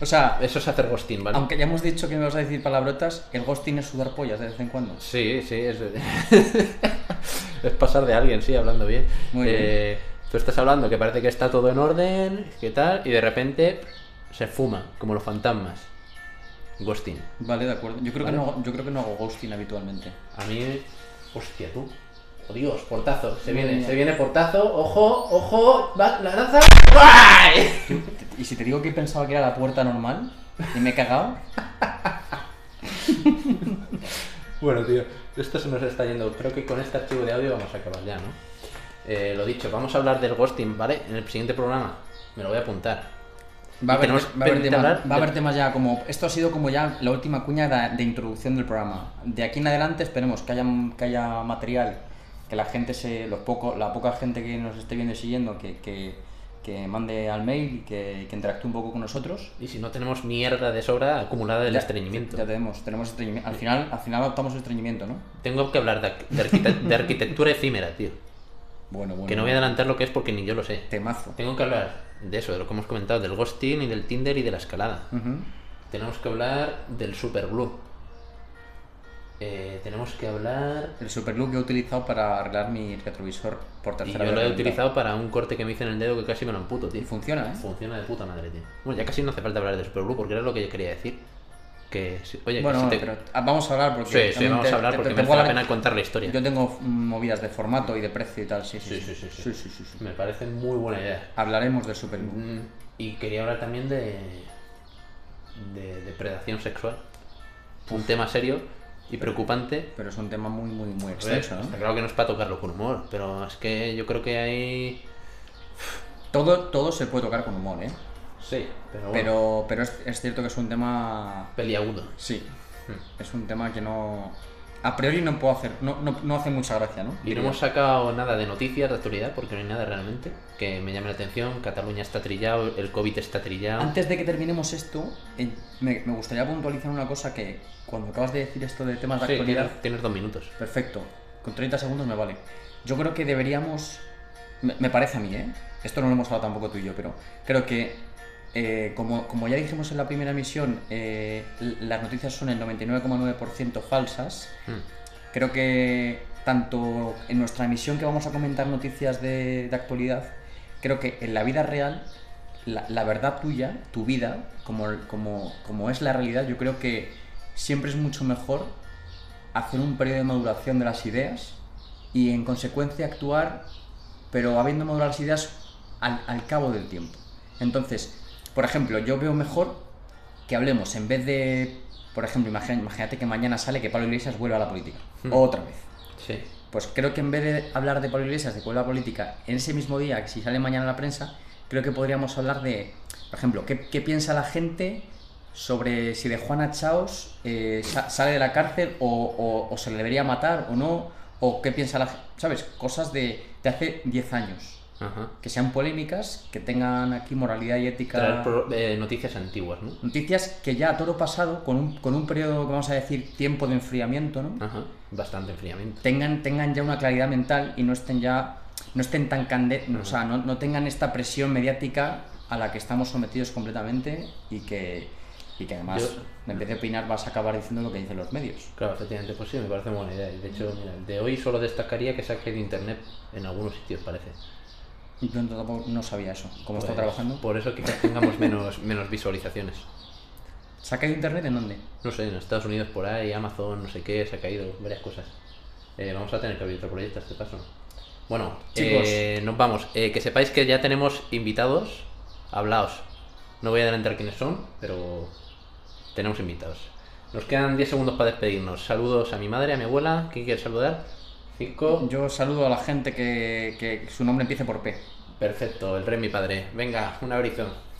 B: O sea,
A: eso es hacer ghosting, Eh, ¿vale?
B: aunque ya hemos dicho que me vas a decir palabrotas, el ghosting es sudar pollas de vez en cuando.
A: Sí, sí, es... es pasar de alguien, sí, hablando bien.
B: Muy bien.
A: Eh, Tú estás hablando que parece que está todo en orden, que tal, y de repente se fuma, como los fantasmas. Ghosting.
B: Vale, de acuerdo. Yo creo,
A: Vale.
B: que, no, hago- yo creo que no hago ghosting habitualmente.
A: A mí. Hostia, tú. Oh Dios, portazo. Se
B: Madre
A: viene,
B: mía.
A: se viene portazo. Ojo, ojo. Va, la lanza. ¡Guay!
B: ¿Y si te digo que pensaba que era la puerta normal y me he cagado?
A: Bueno, tío, esto se nos está yendo. Creo que con este archivo de audio vamos a acabar ya, ¿no? Eh, lo dicho, vamos a hablar del ghosting, ¿vale? En el siguiente programa. Me lo voy a apuntar.
B: Va a haber,
A: Tenemos
B: va a haber
A: pendiente
B: temas,
A: hablar
B: va a haber
A: de-
B: temas ya como... Esto ha sido como ya la última cuña de, de introducción del programa. De aquí en adelante esperemos que haya, que haya material, que la gente se... Los poco, la poca gente que nos esté viendo y siguiendo, que, que, que mande al mail y que, que interactúe un poco con nosotros.
A: Y si no tenemos mierda de sobra acumulada del
B: Ya-
A: estreñimiento.
B: Ya tenemos, tenemos estreñimiento. Al final, al final adoptamos estreñimiento, ¿no?
A: Tengo que hablar de, arqu- de arquite- de arquitectura efímera, tío.
B: Bueno, bueno.
A: Que no voy a adelantar lo que es porque ni yo lo sé.
B: Temazo.
A: Tengo que hablar de eso, de lo que hemos comentado, del ghosting y del Tinder y de la escalada.
B: Ujú.
A: Tenemos que hablar del superglue. Eh, tenemos que hablar.
B: El superglue que he utilizado para arreglar mi retrovisor por
A: Y
B: tercera
A: yo
B: vez.
A: lo he
B: en mi vida.
A: utilizado para un corte que me hice en el dedo que casi me lo amputo, tío.
B: Y funciona, ¿eh?
A: Funciona de puta madre, tío. Bueno, ya casi no hace falta hablar de superglue porque era lo que yo quería decir. Que, si- oye, que
B: Bueno,
A: si te-
B: pero ah, vamos a hablar porque...
A: Sí, sí,
B: también
A: vamos
B: te-
A: a hablar
B: te-
A: porque
B: te
A: merece
B: puedo
A: la
B: hablar-
A: pena contar la historia.
B: Yo tengo mm, movidas de formato y de precio y tal, sí,
A: Sí,
B: sí.
A: sí, sí, sí.
B: sí, sí, sí.
A: Me parece muy buena idea.
B: Hablaremos de Superglue.
A: Mm, Y quería hablar también de, de depredación sexual. Un tema serio y preocupante.
B: Pero es un tema muy, muy, muy
A: A ver,
B: extenso, ¿no?
A: Está claro que no es para tocarlo con humor, pero es que yo creo que hay...
B: Todo, todo se puede tocar con humor, ¿eh?
A: Sí, pero Ah, bueno,
B: Pero, pero es, es cierto que es un tema...
A: peliagudo.
B: Sí.
A: Hmm.
B: Es un tema que no... A priori no puedo hacer... No, no, no hace mucha gracia, ¿no?
A: Y no hemos sacado nada de noticias de actualidad porque no hay nada realmente que me llame la atención. Cataluña está trillado, el COVID está trillado.
B: Antes de que terminemos esto, eh, me, me gustaría puntualizar una cosa que cuando acabas de decir esto de temas de
A: Sí,
B: actualidad...
A: tienes, tienes dos minutos.
B: Perfecto. Con 30 segundos me vale. Yo creo que deberíamos. Me, me parece a mí, ¿eh? Esto no lo hemos hablado tampoco tú y yo, pero creo que. eh, como, como ya dijimos en la primera emisión, eh, l- las noticias son el 99,9% falsas.
A: Mm,
B: Creo que tanto en nuestra emisión que vamos a comentar noticias de, de actualidad, creo que en la vida real, la, la verdad tuya, tu vida, como, como, como es la realidad, yo creo que siempre es mucho mejor hacer un periodo de maduración de las ideas y en consecuencia actuar, pero habiendo madurado las ideas al, al cabo del tiempo. Entonces, por ejemplo, yo veo mejor que hablemos en vez de, por ejemplo, imagina- imagínate que mañana sale que Pablo Iglesias vuelve a la política,
A: Hmm.
B: otra vez.
A: Sí.
B: Pues creo que en vez de hablar de Pablo Iglesias, de que vuelve a la política, en ese mismo día, que si sale mañana en la prensa, creo que podríamos hablar de, por ejemplo, qué, qué piensa la gente sobre si de Juana Chaos eh, sa- sale de la cárcel o, o- o se le debería matar o no, o qué piensa la gente, ¿sabes? Cosas de, de hace 10 años,
A: Ajá.
B: que sean polémicas, que tengan aquí moralidad y ética
A: Traer pro- eh, noticias antiguas, ¿no?
B: noticias que ya a toro pasado, con un, con un periodo, vamos a decir, tiempo de enfriamiento, ¿no?
A: Ajá. Bastante enfriamiento.
B: Tengan, tengan ya una claridad mental y no estén ya, no estén tan cande, o sea, no, no tengan esta presión mediática a la que estamos sometidos completamente y que, y que además,
A: Yo-
B: en vez de opinar, vas a acabar diciendo lo que dicen los medios.
A: Claro, efectivamente, pues sí, me parece buena idea. Y De hecho, mira, de hoy solo destacaría que saque de internet en algunos sitios, parece.
B: Y yo tampoco no sabía eso, como
A: Pues,
B: está trabajando.
A: Por eso quizás tengamos menos, menos visualizaciones.
B: ¿Se ha caído internet en dónde?
A: No sé, en Estados Unidos por ahí, Amazon, no sé qué, se ha caído, varias cosas. Eh, vamos a tener que abrir otro proyecto a este paso. Bueno,
B: Chicos.
A: eh, nos vamos. Eh, que sepáis que ya tenemos invitados. Hablaos. No voy a adelantar quiénes son, pero tenemos invitados. Nos quedan 10 segundos para despedirnos. Saludos a mi madre, a mi abuela. ¿Quién quiere saludar? 5,
B: Yo saludo a la gente que, que su nombre empiece por P.
A: Perfecto, el rey mi padre. Venga, un abrazo.